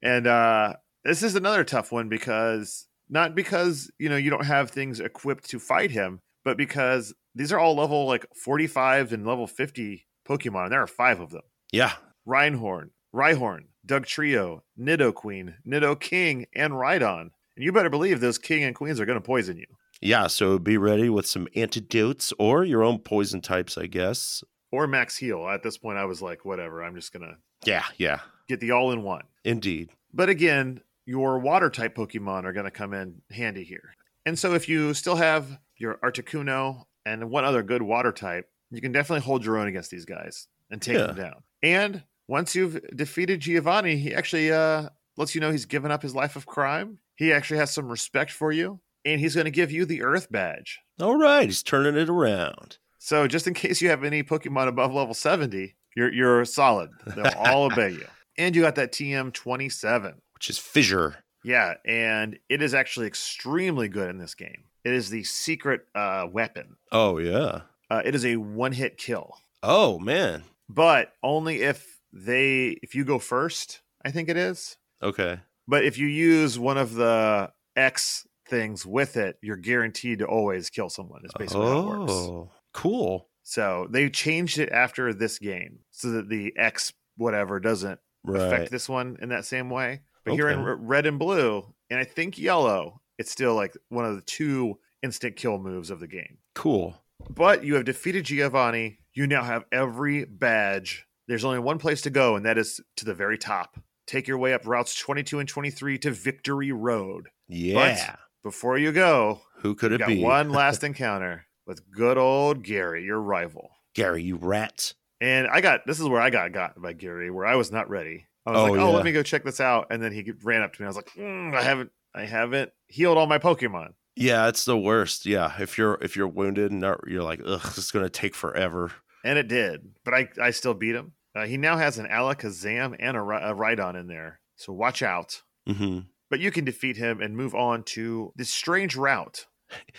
S4: and uh, this is another tough one because not because you know you don't have things equipped to fight him, but because these are all level like forty five and level fifty Pokemon, and there are five of them.
S3: yeah,
S4: Rhinhorn, Rhyhorn, Doug Trio, Nido Queen, Nido King, and Rhydon. And you better believe those king and queens are going to poison you.
S3: yeah. So be ready with some antidotes or your own poison types, I guess.
S4: Or Max Heal. At this point, I was like, whatever, I'm just going to
S3: Yeah, yeah,
S4: get the all in one.
S3: indeed.
S4: But again, your water type Pokemon are going to come in handy here. And so if you still have your Articuno and one other good water type, you can definitely hold your own against these guys and take them down. And once you've defeated Giovanni, he actually uh, lets you know he's given up his life of crime. He actually has some respect for you, and he's going to give you the Earth Badge.
S3: All right, he's turning it around.
S4: So just in case you have any Pokemon above level 70, you're, you're solid. They'll all obey you. And you got that TM 27.
S3: which is fissure.
S4: Yeah, and it is actually extremely good in this game. It is the secret uh, weapon.
S3: Oh yeah.
S4: Uh, it is a one-hit kill,
S3: Oh man.
S4: but only if they if you go first. I think it is.
S3: Okay.
S4: But if you use one of the X things with it, you're guaranteed to always kill someone. Is basically how it works.
S3: oh, cool.
S4: So they changed it after this game, so that the X whatever doesn't affect
S3: Right.
S4: this one in that same way. But here in
S3: Okay.
S4: re- red and blue, and I think yellow, it's still like one of the two instant kill moves of the game.
S3: Cool.
S4: But you have defeated Giovanni. You now have every badge. There's only one place to go, and that is to the very top. Take your way up routes 22 and 23 to Victory Road.
S3: Yeah.
S4: Before you go,
S3: Who could
S4: you
S3: it
S4: got
S3: be?
S4: one last encounter with good old Gary, your rival.
S3: Gary, you rat.
S4: And I got this is where I got got by Gary, where I was not ready. I was
S3: Oh,
S4: like, oh,
S3: yeah.
S4: let me go check this out, and then he ran up to me. I was like, "Mm, I haven't, I haven't healed all my Pokemon.
S3: Yeah, it's the worst. Yeah, if you're if you're wounded and not, you're like, ugh, this is gonna take forever.
S4: And it did, but I, I still beat him. Uh, he now has an Alakazam and a, Ry- a Rhydon in there, so watch out.
S3: Mm-hmm.
S4: But you can defeat him and move on to this strange route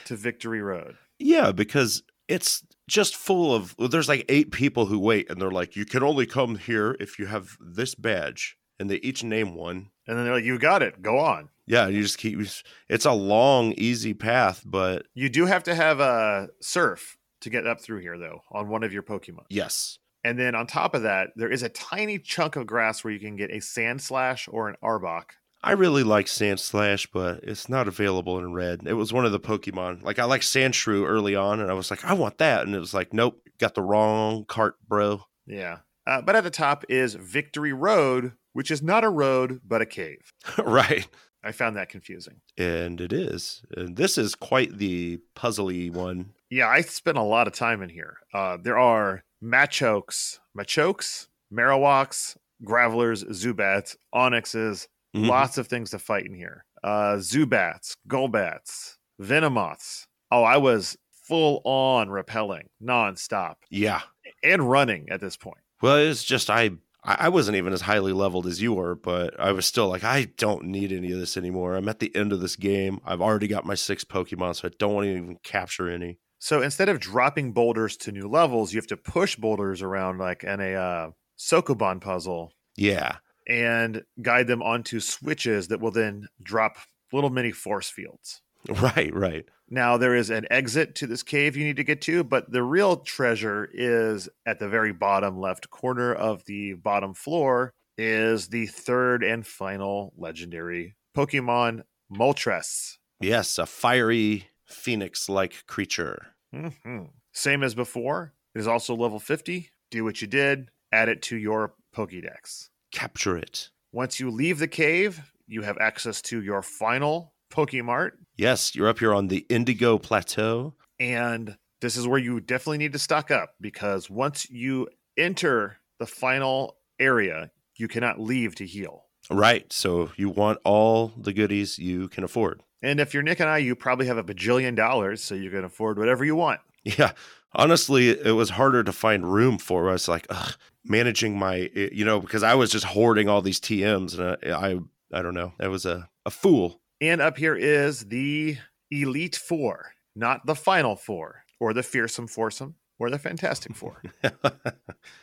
S4: to Victory Road.
S3: Yeah, because it's just full of. There's like eight people who wait, and they're like, you can only come here if you have this badge, and they each name one.
S4: And then they're like, you got it, go on.
S3: Yeah, you just keep. It's a long, easy path, but
S4: You do have to have a Surf to get up through here, though, on one of your Pokemon.
S3: yes,
S4: And then on top of that, there is a tiny chunk of grass where you can get a Sand Slash or an Arbok.
S3: I really like Sand Slash, but it's not available in red. It was one of the Pokemon. Like I like Sandshrew early on, and I was like, I want that, and it was like, nope, got the wrong cart, bro.
S4: Yeah. Uh, but at the top is Victory Road, which is not a road, but a cave.
S3: right.
S4: I found that confusing.
S3: And it is. And this is quite the puzzly one.
S4: Yeah, I spent a lot of time in here. Uh, there are Machokes, Machokes, Marowaks, Gravelers, Zubats, Onyxes,
S3: Mm-hmm.
S4: lots of things to fight in here. Uh, Zubats, Golbats, Venomoths. Oh, I was full on repelling nonstop
S3: Yeah.
S4: and running at this point.
S3: Well, it's just I I I wasn't even as highly leveled as you were, but I was still like, I don't need any of this anymore. I'm at the end of this game. I've already got my six Pokemon, so I don't want to even capture any.
S4: So instead of dropping boulders to new levels, you have to push boulders around like in a uh, Sokoban puzzle
S3: Yeah.
S4: and guide them onto switches that will then drop little mini force fields.
S3: Right, right.
S4: Now there is an exit to this cave you need to get to, but the real treasure is at the very bottom left corner of the bottom floor is the third and final legendary Pokemon Moltres.
S3: Yes, a fiery phoenix like creature.
S4: hmm Same as before, it is also level 50. Do what you did, add it to your Pokédex.
S3: Capture it.
S4: Once you leave the cave, you have access to your final Pokémart
S3: Yes, you're up here on the Indigo Plateau.
S4: And this is where you definitely need to stock up because once you enter the final area, you cannot leave to heal.
S3: Right. So you want all the goodies you can afford.
S4: And if you're Nick and I, you probably have a bajillion dollars, so you can afford whatever you want.
S3: Yeah. Honestly, it was harder to find room for us. Like ugh, managing my, eh, you know, because I was just hoarding all these TMs, and uh, eh, I, I, I don't know. I was a, a fool.
S4: And up here is the Elite Four, not the Final Four, or the Fearsome Foursome, or the Fantastic Four.
S3: the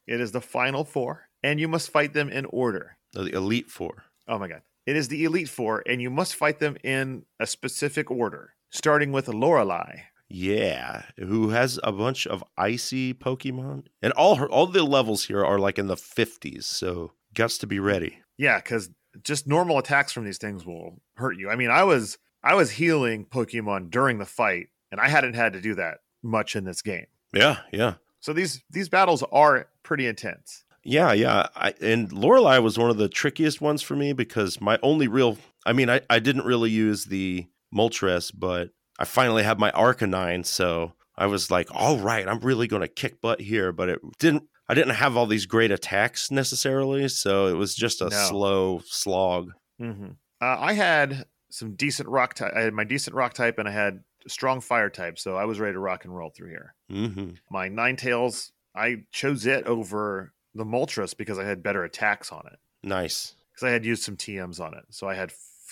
S4: it is the Final Four, and you must fight them in order.
S3: elite four.
S4: Oh my God. It is the Elite Four, and you must fight them in a specific order, starting with Lorelei.
S3: Yeah, who has a bunch of icy Pokemon, and all her, all the levels here are like in the fifties. So guts to be ready.
S4: Yeah, because just normal attacks from these things will hurt you. I mean, I was I was healing Pokemon during the fight, and I hadn't had to do that much in this game.
S3: Yeah, yeah.
S4: So these these battles are pretty intense.
S3: Yeah, yeah. I, and Lorelei was one of the trickiest ones for me because my only real, I mean, I, I didn't really use the Moltres, but I finally had my Arcanine. So I was like, all right, I'm really going to kick butt here. But it didn't, I didn't have all these great attacks necessarily. So it was just a
S4: No.
S3: slow slog.
S4: Mm-hmm. Uh, I had some decent rock type. I had my decent rock type, and I had strong fire type, so I was ready to rock and roll through here.
S3: hmm
S4: My nine tails, I chose it over the Moltres because I had better attacks on it.
S3: Nice.
S4: Because I had used some TMs on it, so I had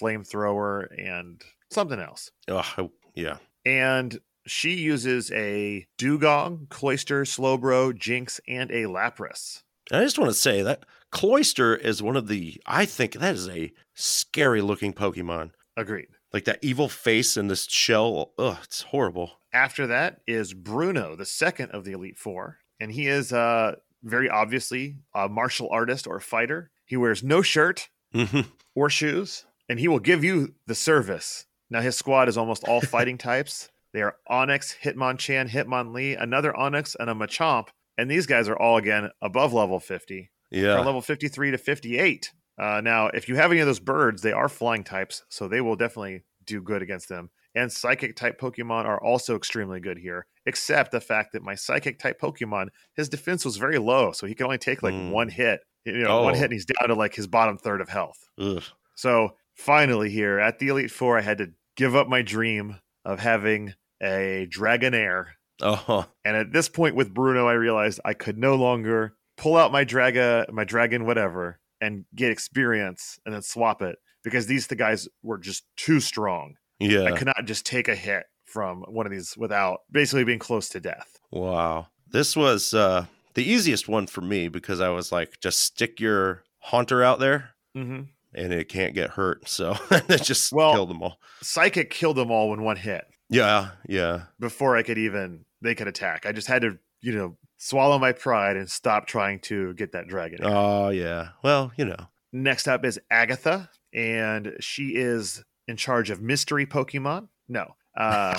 S4: flamethrower and something else.
S3: Ugh, I- yeah.
S4: and she uses a dugong, cloister, slowbro, jinx, and a lapras.
S3: And I just want to say that Cloyster is one of the, I think that is a scary looking Pokemon.
S4: Agreed.
S3: like that evil face and this shell. Ugh, it's horrible.
S4: After that is Bruno, the second of the Elite Four, and he is uh, very obviously a martial artist or a fighter. He wears no shirt
S3: Mhm.
S4: or shoes, and he will give you the service. Now his squad is almost all fighting types. They are Onyx, Hitmonchan, Hitmonlee, another Onyx, and a Machamp. And these guys are all again above level fifty.
S3: yeah.
S4: from level 53 to 58. Uh, now, if you have any of those birds, they are flying types, so they will definitely do good against them. and psychic type Pokemon are also extremely good here, except the fact that my psychic type Pokemon, his defense was very low, so he could only take like
S3: Mm.
S4: one hit. You know, one
S2: Oh.
S4: hit and he's down to like his bottom third of health.
S3: Ugh.
S4: So finally, here at the Elite Four, I had to give up my dream of having a Dragonair.
S3: Oh,
S4: And at this point with Bruno, I realized I could no longer pull out my draga, my dragon, whatever, and get experience and then swap it because these the guys were just too strong.
S3: yeah.
S4: I could not just take a hit from one of these without basically being close to death.
S3: Wow. This was uh, the easiest one for me because I was like, just stick your haunter out there
S4: Mm-hmm.
S3: and it can't get hurt. So that just
S4: Well-
S3: killed them all.
S4: Psychic killed them all in one hit
S3: Yeah. Yeah.
S4: before I could even they could attack. I just had to you know swallow my pride and stop trying to get that dragon.
S3: Oh, yeah. Well, you know.
S4: Next up is Agatha, and she is in charge of mystery Pokemon. No, uh,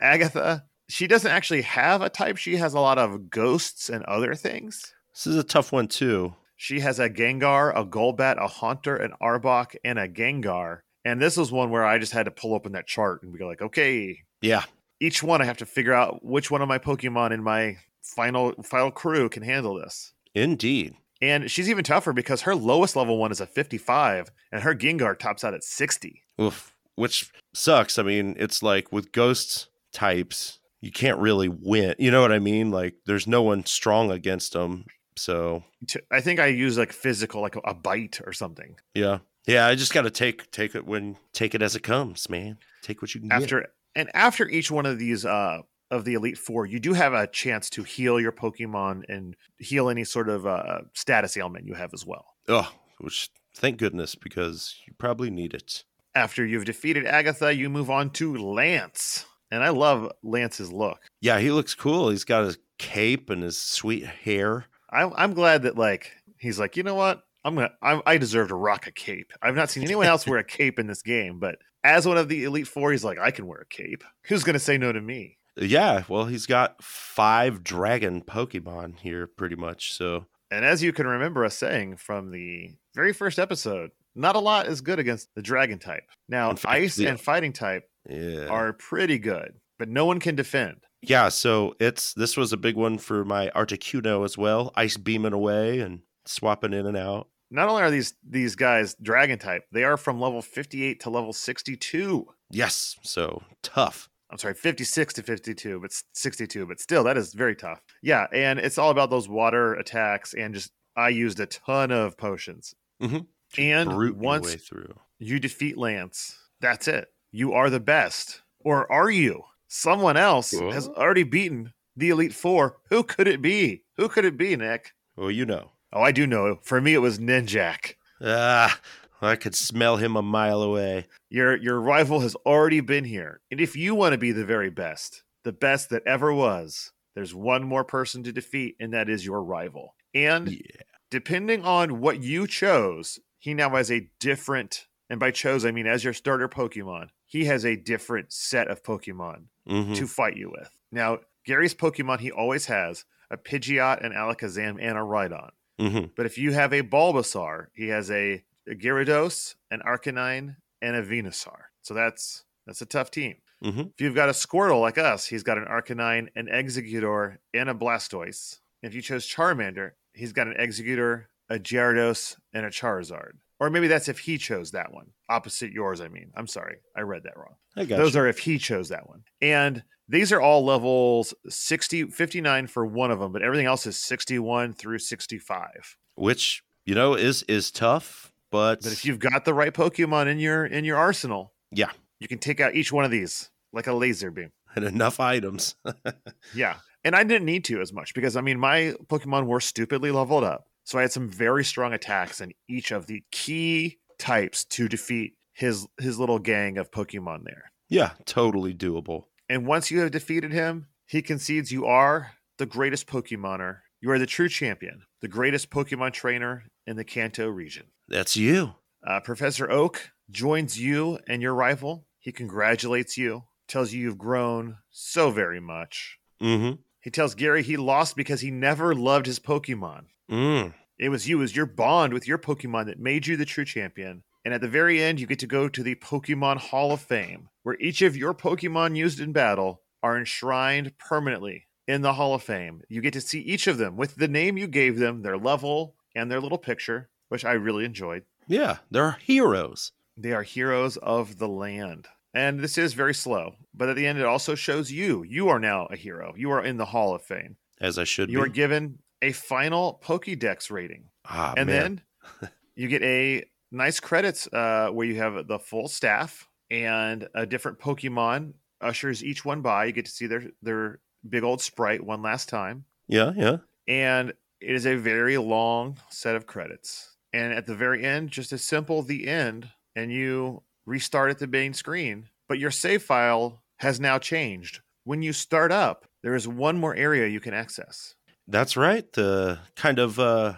S4: Agatha. She doesn't actually have a type. She has a lot of ghosts and other things.
S3: This is a tough one, too.
S4: She has a Gengar, a Golbat, a Haunter, an Arbok, and a Gengar. And this was one where I just had to pull open that chart and be like, okay,
S3: Yeah.
S4: each one I have to figure out which one of my Pokemon in my final final crew can handle this.
S3: Indeed.
S4: And she's even tougher because her lowest level one is a 55 and her Gengar tops out at 60.
S3: Oof. Which sucks. I mean, it's like with ghost types, you can't really win. You know what I mean? Like, there's no one strong against them. So,
S4: To- I think I use like physical, like a bite or something.
S3: yeah. Yeah, I just got to take take it when take it as it comes, man. Take what you can get.
S4: After and after each one of these uh of the Elite Four, you do have a chance to heal your Pokemon and heal any sort of uh status ailment you have as well.
S3: Oh, which thank goodness because you probably need it.
S4: After you've defeated Agatha, you move on to Lance. And I love Lance's look.
S3: Yeah, he looks cool. He's got his cape and his sweet hair.
S4: I'm I'm glad that like he's like you know what I'm gonna I, I deserve to rock a cape. I've not seen anyone else wear a cape in this game, but as one of the elite four, he's like I can wear a cape. Who's gonna say no to me?
S3: Yeah, well, he's got five dragon Pokemon here, pretty much. So
S4: And as you can remember us saying from the very first episode, not a lot is good against the dragon type. Now
S3: In fact,
S4: ice
S3: the-
S4: and fighting type
S3: yeah,
S4: are pretty good, but no one can defend.
S3: yeah. So it's this was a big one for my Articuno as well. Ice beaming away and swapping in and out.
S4: Not only are these these guys dragon type, they are from level 58 to level 62.
S3: Yes, so tough.
S4: I'm sorry, 56 to 52, but s- 62, but still, that is very tough. Yeah, and it's all about those water attacks, and just I used a ton of potions.
S3: Mhm. Just
S4: And
S3: brute your
S4: once
S3: way through.
S4: you defeat Lance, that's it. You are the best, or are you? Someone else has
S3: Whoa.
S4: already beaten the Elite Four. Who could it be? Who could it be, Nick?
S3: Well, you know.
S4: Oh, I do know. For me, it was Ninjak.
S3: Ah, I could smell him a mile away.
S4: Your your rival has already been here. And if you want to be the very best, the best that ever was, there's one more person to defeat and that is your rival. And
S3: Yeah.
S4: depending on what you chose, he now has a different and by chose I mean as your starter Pokemon, he has a different set of Pokemon
S3: Mhm.
S4: to fight you with. Now, Gary's Pokemon he always has a Pidgeot, an Alakazam, and a Rhydon.
S3: Mhm.
S4: But if you have a Bulbasaur, he has a, a Gyarados, an Arcanine, and a Venusaur. So that's that's a tough team.
S3: Mhm.
S4: If you've got a Squirtle like us, he's got an Arcanine, an Executor, and a Blastoise. If you chose Charmander, he's got an Executor, a Gyarados, and a Charizard. Or maybe that's if he chose that one. Opposite yours, I mean. I'm sorry. I read that wrong.
S3: I got
S4: Those are if he chose that one. And these are all levels 60, 59 for one of them, but everything else is 61 through 65.
S3: which you know is is tough, but,
S4: But if you've got the right Pokemon in your in your arsenal,
S3: Yeah.
S4: you can take out each one of these like a laser beam.
S3: had enough items,
S4: Yeah, and I didn't need to as much because I mean my Pokemon were stupidly leveled up, so I had some very strong attacks in each of the key types to defeat his his little gang of Pokemon there.
S3: yeah, totally doable.
S4: And once you have defeated him, he concedes you are the greatest Pokemoner. You are the true champion, the greatest Pokemon trainer in the Kanto region.
S3: That's you.
S4: Uh, Professor Oak joins you and your rival. He congratulates you, tells you you've grown so very much.
S3: Mm-hmm.
S4: He tells Gary he lost because he never loved his Pokemon.
S3: Mm.
S4: It was you, it was your bond with your Pokemon that made you the true champion. And at the very end, you get to go to the Pokemon Hall of Fame, where each of your Pokemon used in battle are enshrined permanently in the Hall of Fame. You get to see each of them with the name you gave them, their level, and their little picture, which I really enjoyed.
S3: Yeah, they're heroes.
S4: They are heroes of the land. And this is very slow, but at the end, it also shows you. You are now a hero. You are in the Hall of Fame.
S3: As I should
S4: You are
S3: be.
S4: given a final Pokédex rating
S3: ah,
S4: and
S3: man.
S4: then you get a nice credits uh, where you have the full staff and a different Pokemon ushers each one by. You get to see their their big old sprite one last time,
S3: yeah, yeah.
S4: and it is a very long set of credits. And at the very end, just as simple the end, and you restart at the main screen, but your save file has now changed. When you start up, there is one more area you can access.
S3: That's right. The kind of uh,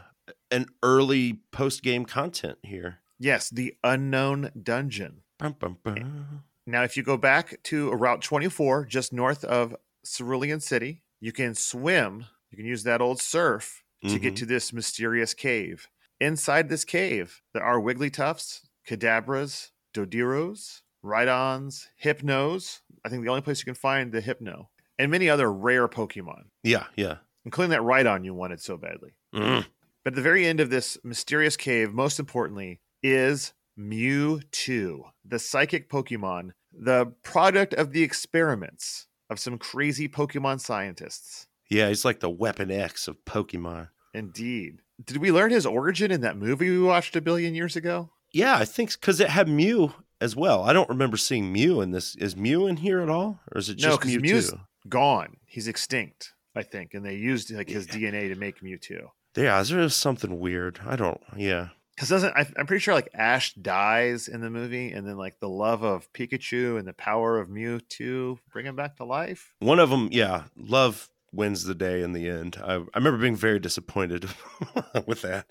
S3: an early post game content here.
S4: Yes, the unknown dungeon.
S3: Bum, bum, bum.
S4: Now, if you go back to Route 24, just north of Cerulean City, you can swim. You can use that old surf to get
S3: Mhm.
S4: to this mysterious cave. Inside this cave, there are Wigglytuffs, Cadabras, Doderos, Rhydons, Hypnos. I think the only place you can find the Hypno, and many other rare Pokemon,
S3: Yeah, yeah.
S4: including that Rhydon you wanted so badly.
S3: Mm.
S4: But at the very end of this mysterious cave, most importantly, is Mewtwo, the psychic Pokemon, the product of the experiments of some crazy Pokemon scientists.
S3: Yeah, he's like the Weapon X of Pokemon.
S4: Indeed. Did we learn his origin in that movie we watched a billion years ago?
S3: Yeah, I think because it had Mew as well. I don't remember seeing Mew in this. Is Mew in here at all, or is it
S4: No,
S3: just
S4: 'cause
S3: Mew
S4: Mew's-
S3: Mewtwo?
S4: Gone. He's extinct, I think, and they used like his DNA to make Mewtwo.
S3: Yeah, there was something weird. I don't. Yeah,
S4: Because doesn't I, I'm pretty sure like Ash dies in the movie, and then like the love of Pikachu and the power of Mewtwo bring him back to life.
S3: one of them. Yeah, love wins the day in the end. I, I remember being very disappointed with that.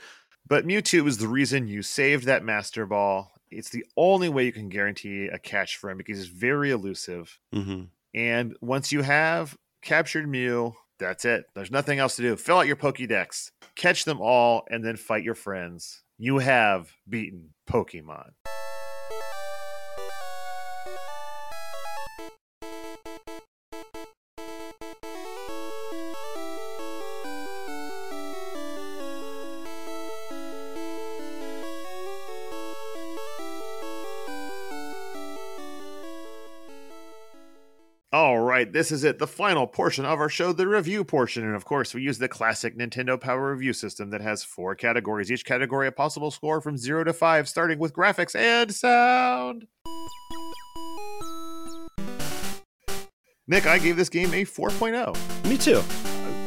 S4: But Mewtwo is the reason you saved that Master Ball. It's the only way you can guarantee a catch for him because he's very elusive.
S3: Mm-hmm.
S4: And once you have captured Mew, that's it. There's nothing else to do. Fill out your Pokédex, catch them all, and then fight your friends. You have beaten Pokemon. All right, this is it, the final portion of our show, the review portion. And of course, we use the classic Nintendo Power Review system that has four categories, each category a possible score from zero to five, starting with graphics and sound. Nick, I gave this game a oh. 4.0.
S3: Me too.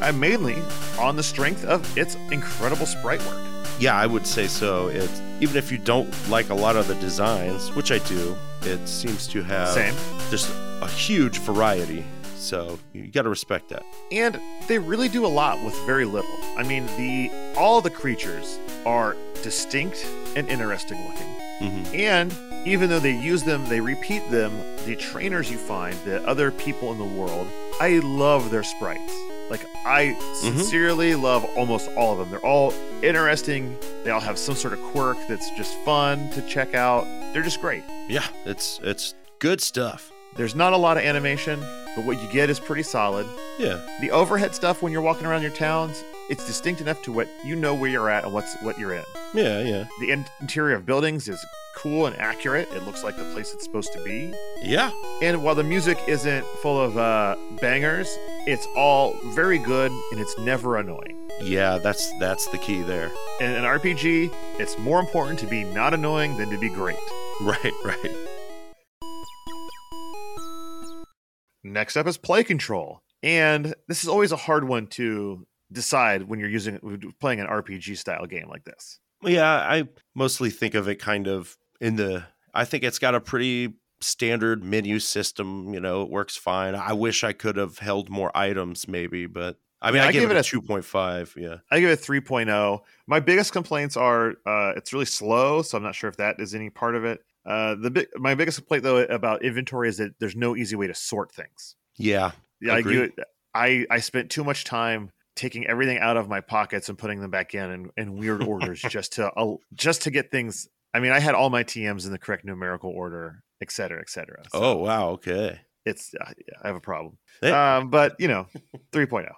S4: I mainly on the strength of its incredible sprite work.
S3: Yeah, I would say so. It even if you don't like a lot of the designs, which I do, it seems to have
S4: Same.
S3: just a huge variety. So you got to respect that.
S4: and they really do a lot with very little. I mean, the all the creatures are distinct and interesting looking.
S3: Mhm.
S4: And even though they use them, they repeat them, the trainers you find, the other people in the world, I love their sprites. Like I sincerely love almost all of them. They're all interesting. They all have some sort of quirk that's just fun to check out. They're just great.
S3: Yeah, it's it's good stuff.
S4: There's not a lot of animation, but what you get is pretty solid.
S3: Yeah,
S4: The overhead stuff when you're walking around your towns, it's distinct enough to what you know where you're at and what's what you're in.
S3: yeah, yeah,
S4: The in- interior of buildings is cool and accurate. It looks like the place it's supposed to be.
S3: yeah.
S4: And while the music isn't full of uh, bangers, it's all very good and it's never annoying.
S3: Yeah, that's that's the key there.
S4: In an RPG, it's more important to be not annoying than to be great.
S3: Right, right.
S4: Next up is play control. And this is always a hard one to decide when you're using playing an RPG style game like this.
S3: Yeah, I mostly think of it kind of in the. I think it's got a pretty standard menu system. You know, it works fine. I wish I could have held more items, maybe, but I mean,
S4: Yeah,
S3: I, give, it a two point five. Yeah,
S4: I give it 3.0. oh. My biggest complaints are uh, it's really slow, so I'm not sure if that is any part of it. Uh, the bi- my biggest complaint though about inventory is that there's no easy way to sort things.
S3: yeah,
S4: Yeah, like
S3: Agreed.
S4: you, I I spent too much time taking everything out of my pockets and putting them back in in, in weird orders just to uh, just to get things I mean, I had all my TMs in the correct numerical order, et cetera, et cetera. So
S3: Oh wow, okay.
S4: it's uh, yeah, I have a problem.
S3: Hey.
S4: Um, but you know, 3.0.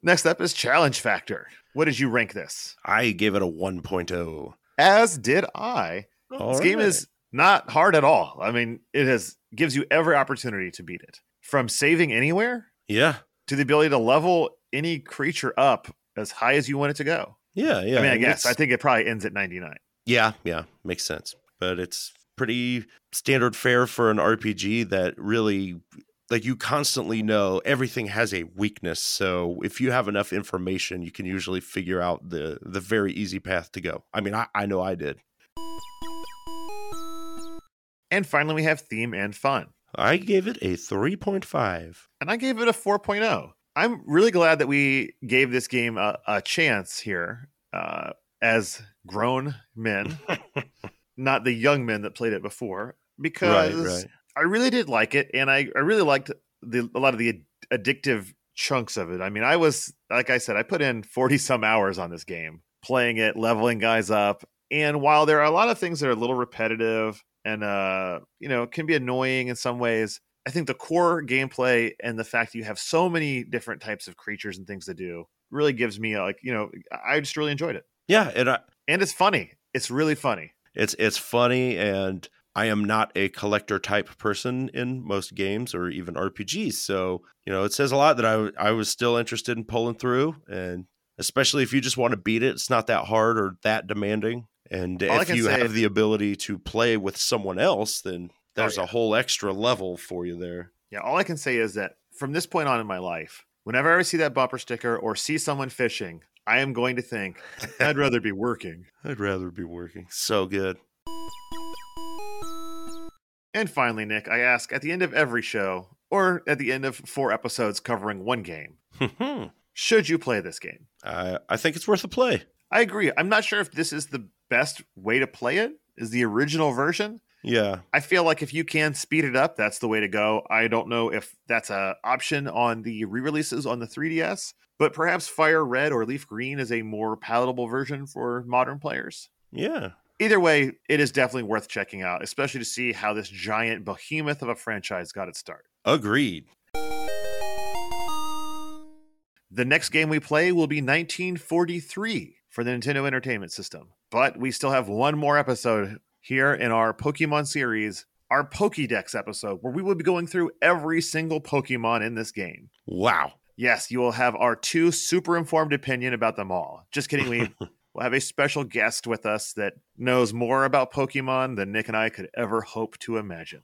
S4: Next up is challenge factor. What did you rank this?
S3: I gave it a oh. 1.0.
S4: As did I.
S3: All
S4: this game
S3: right.
S4: is not hard at all. I mean, it has gives you every opportunity to beat it. From saving anywhere
S3: yeah,
S4: to the ability to level any creature up as high as you want it to go.
S3: yeah, yeah.
S4: I mean, I
S3: It
S4: guess
S3: makes-
S4: I think it probably ends at 99.
S3: Yeah, yeah, makes sense. But it's pretty standard fare for an RPG that really like you constantly know everything has a weakness. So if you have enough information, you can usually figure out the the very easy path to go. I mean, I, I know I did.
S4: And finally, we have theme and fun.
S3: I gave it a 3.5.
S4: and I gave it a 4.0. I'm really glad that we gave this game a, a chance here uh, as grown men, not the young men that played it before, because
S3: right.
S4: I really did like it. And I, I really liked the, a lot of the ad- addictive chunks of it. I mean, I was, like I said, I put in 40 some hours on this game, playing it, leveling guys up. And while there are a lot of things that are a little repetitive and, uh, you know, can be annoying in some ways, I think the core gameplay and the fact that you have so many different types of creatures and things to do really gives me like you know I just really enjoyed it,
S3: Yeah, and I,
S4: and it's funny. It's really funny.
S3: it's it's funny and I am not a collector type person in most games or even RPGs. So, you know, it says a lot that I w- I was still interested in pulling through and especially if you just want to beat it, it's not that hard or that demanding. And
S4: All I
S3: if
S4: can
S3: you
S4: say-
S3: have the ability to play with someone else, then there's
S4: Oh, yeah.
S3: a whole extra level for you there.
S4: Yeah, all I can say is that from this point on in my life, whenever I ever see that bumper sticker or see someone fishing, I am going to think I'd rather be working.
S3: I'd rather be working. So good.
S4: And finally, Nick, I ask at the end of every show or at the end of four episodes covering one game,
S3: I
S4: should you play this game?
S3: I think it's worth a play.
S4: I agree. I'm not sure if this is the best way to play it. Is the original version?
S3: Yeah.
S4: I feel like if you can speed it up, that's the way to go. I don't know if that's a option on the re-releases on the 3DS, but perhaps Fire Red or Leaf Green is a more palatable version for modern players.
S3: Yeah.
S4: Either way, it is definitely worth checking out, especially to see how this giant behemoth of a franchise got its start.
S3: Agreed.
S4: The next game we play will be 1943 for the Nintendo Entertainment System. But we still have one more episode here in our Pokemon series, our Pokédex episode, where we will be going through every single Pokemon in this game.
S3: Wow.
S4: Yes, you will have our two super informed opinion about them all. Just kidding, we will have a special guest with us that knows more about Pokemon than Nick and I could ever hope to imagine.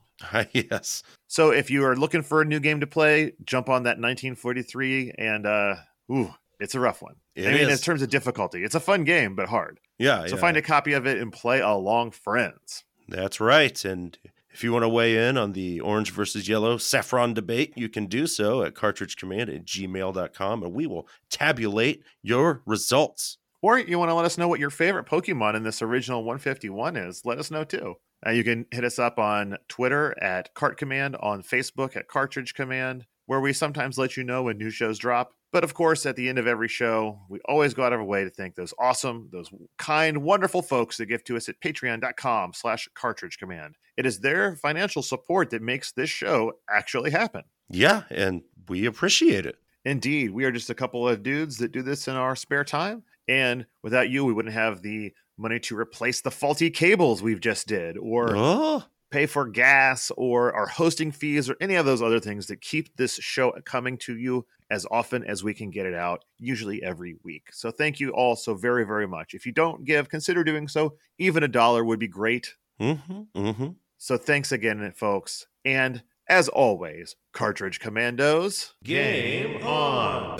S3: yes.
S4: So if you are looking for a new game to play, jump on that 1943 and uh ooh, it's a rough one.
S3: It
S4: I mean, in
S3: is.
S4: terms of difficulty, it's a fun game but hard.
S3: Yeah.
S4: So
S3: yeah.
S4: find a copy of it and play along friends.
S3: That's right. And if you want to weigh in on the orange versus yellow saffron debate, you can do so at cartridgecommand at gmail.com and we will tabulate your results.
S4: Or you want to let us know what your favorite Pokemon in this original 151 is, let us know too. Uh, you can hit us up on Twitter at Cart Command, on Facebook at Cartridge Command, where we sometimes let you know when new shows drop. But of course, at the end of every show, we always go out of our way to thank those awesome, those kind, wonderful folks that give to us at patreon.com slash cartridge command. It is their financial support that makes this show actually happen.
S3: Yeah. And we appreciate it.
S4: Indeed, we are just a couple of dudes that do this in our spare time, and without you, we wouldn't have the money to replace the faulty cables we've just did, or
S3: Oh,
S4: pay for gas, or our hosting fees, or any of those other things that keep this show coming to you as often as we can get it out, usually every week. So thank you all so very, very much. If you don't give, consider doing so. Even a dollar would be great.
S3: mm-hmm, mm-hmm.
S4: So thanks again, folks, and as always, Cartridge Commandos.
S2: Game on.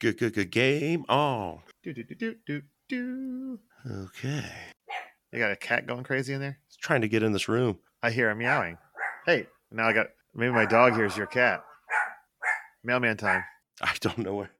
S3: Good, good, good. Game on.
S4: Do, do, do, do, do, do.
S3: Okay.
S4: They got a cat going crazy in there.
S3: It's trying to get in this room.
S4: I hear him meowing. Hey, now I got maybe my dog hears your cat. Mailman time.
S3: I don't know where.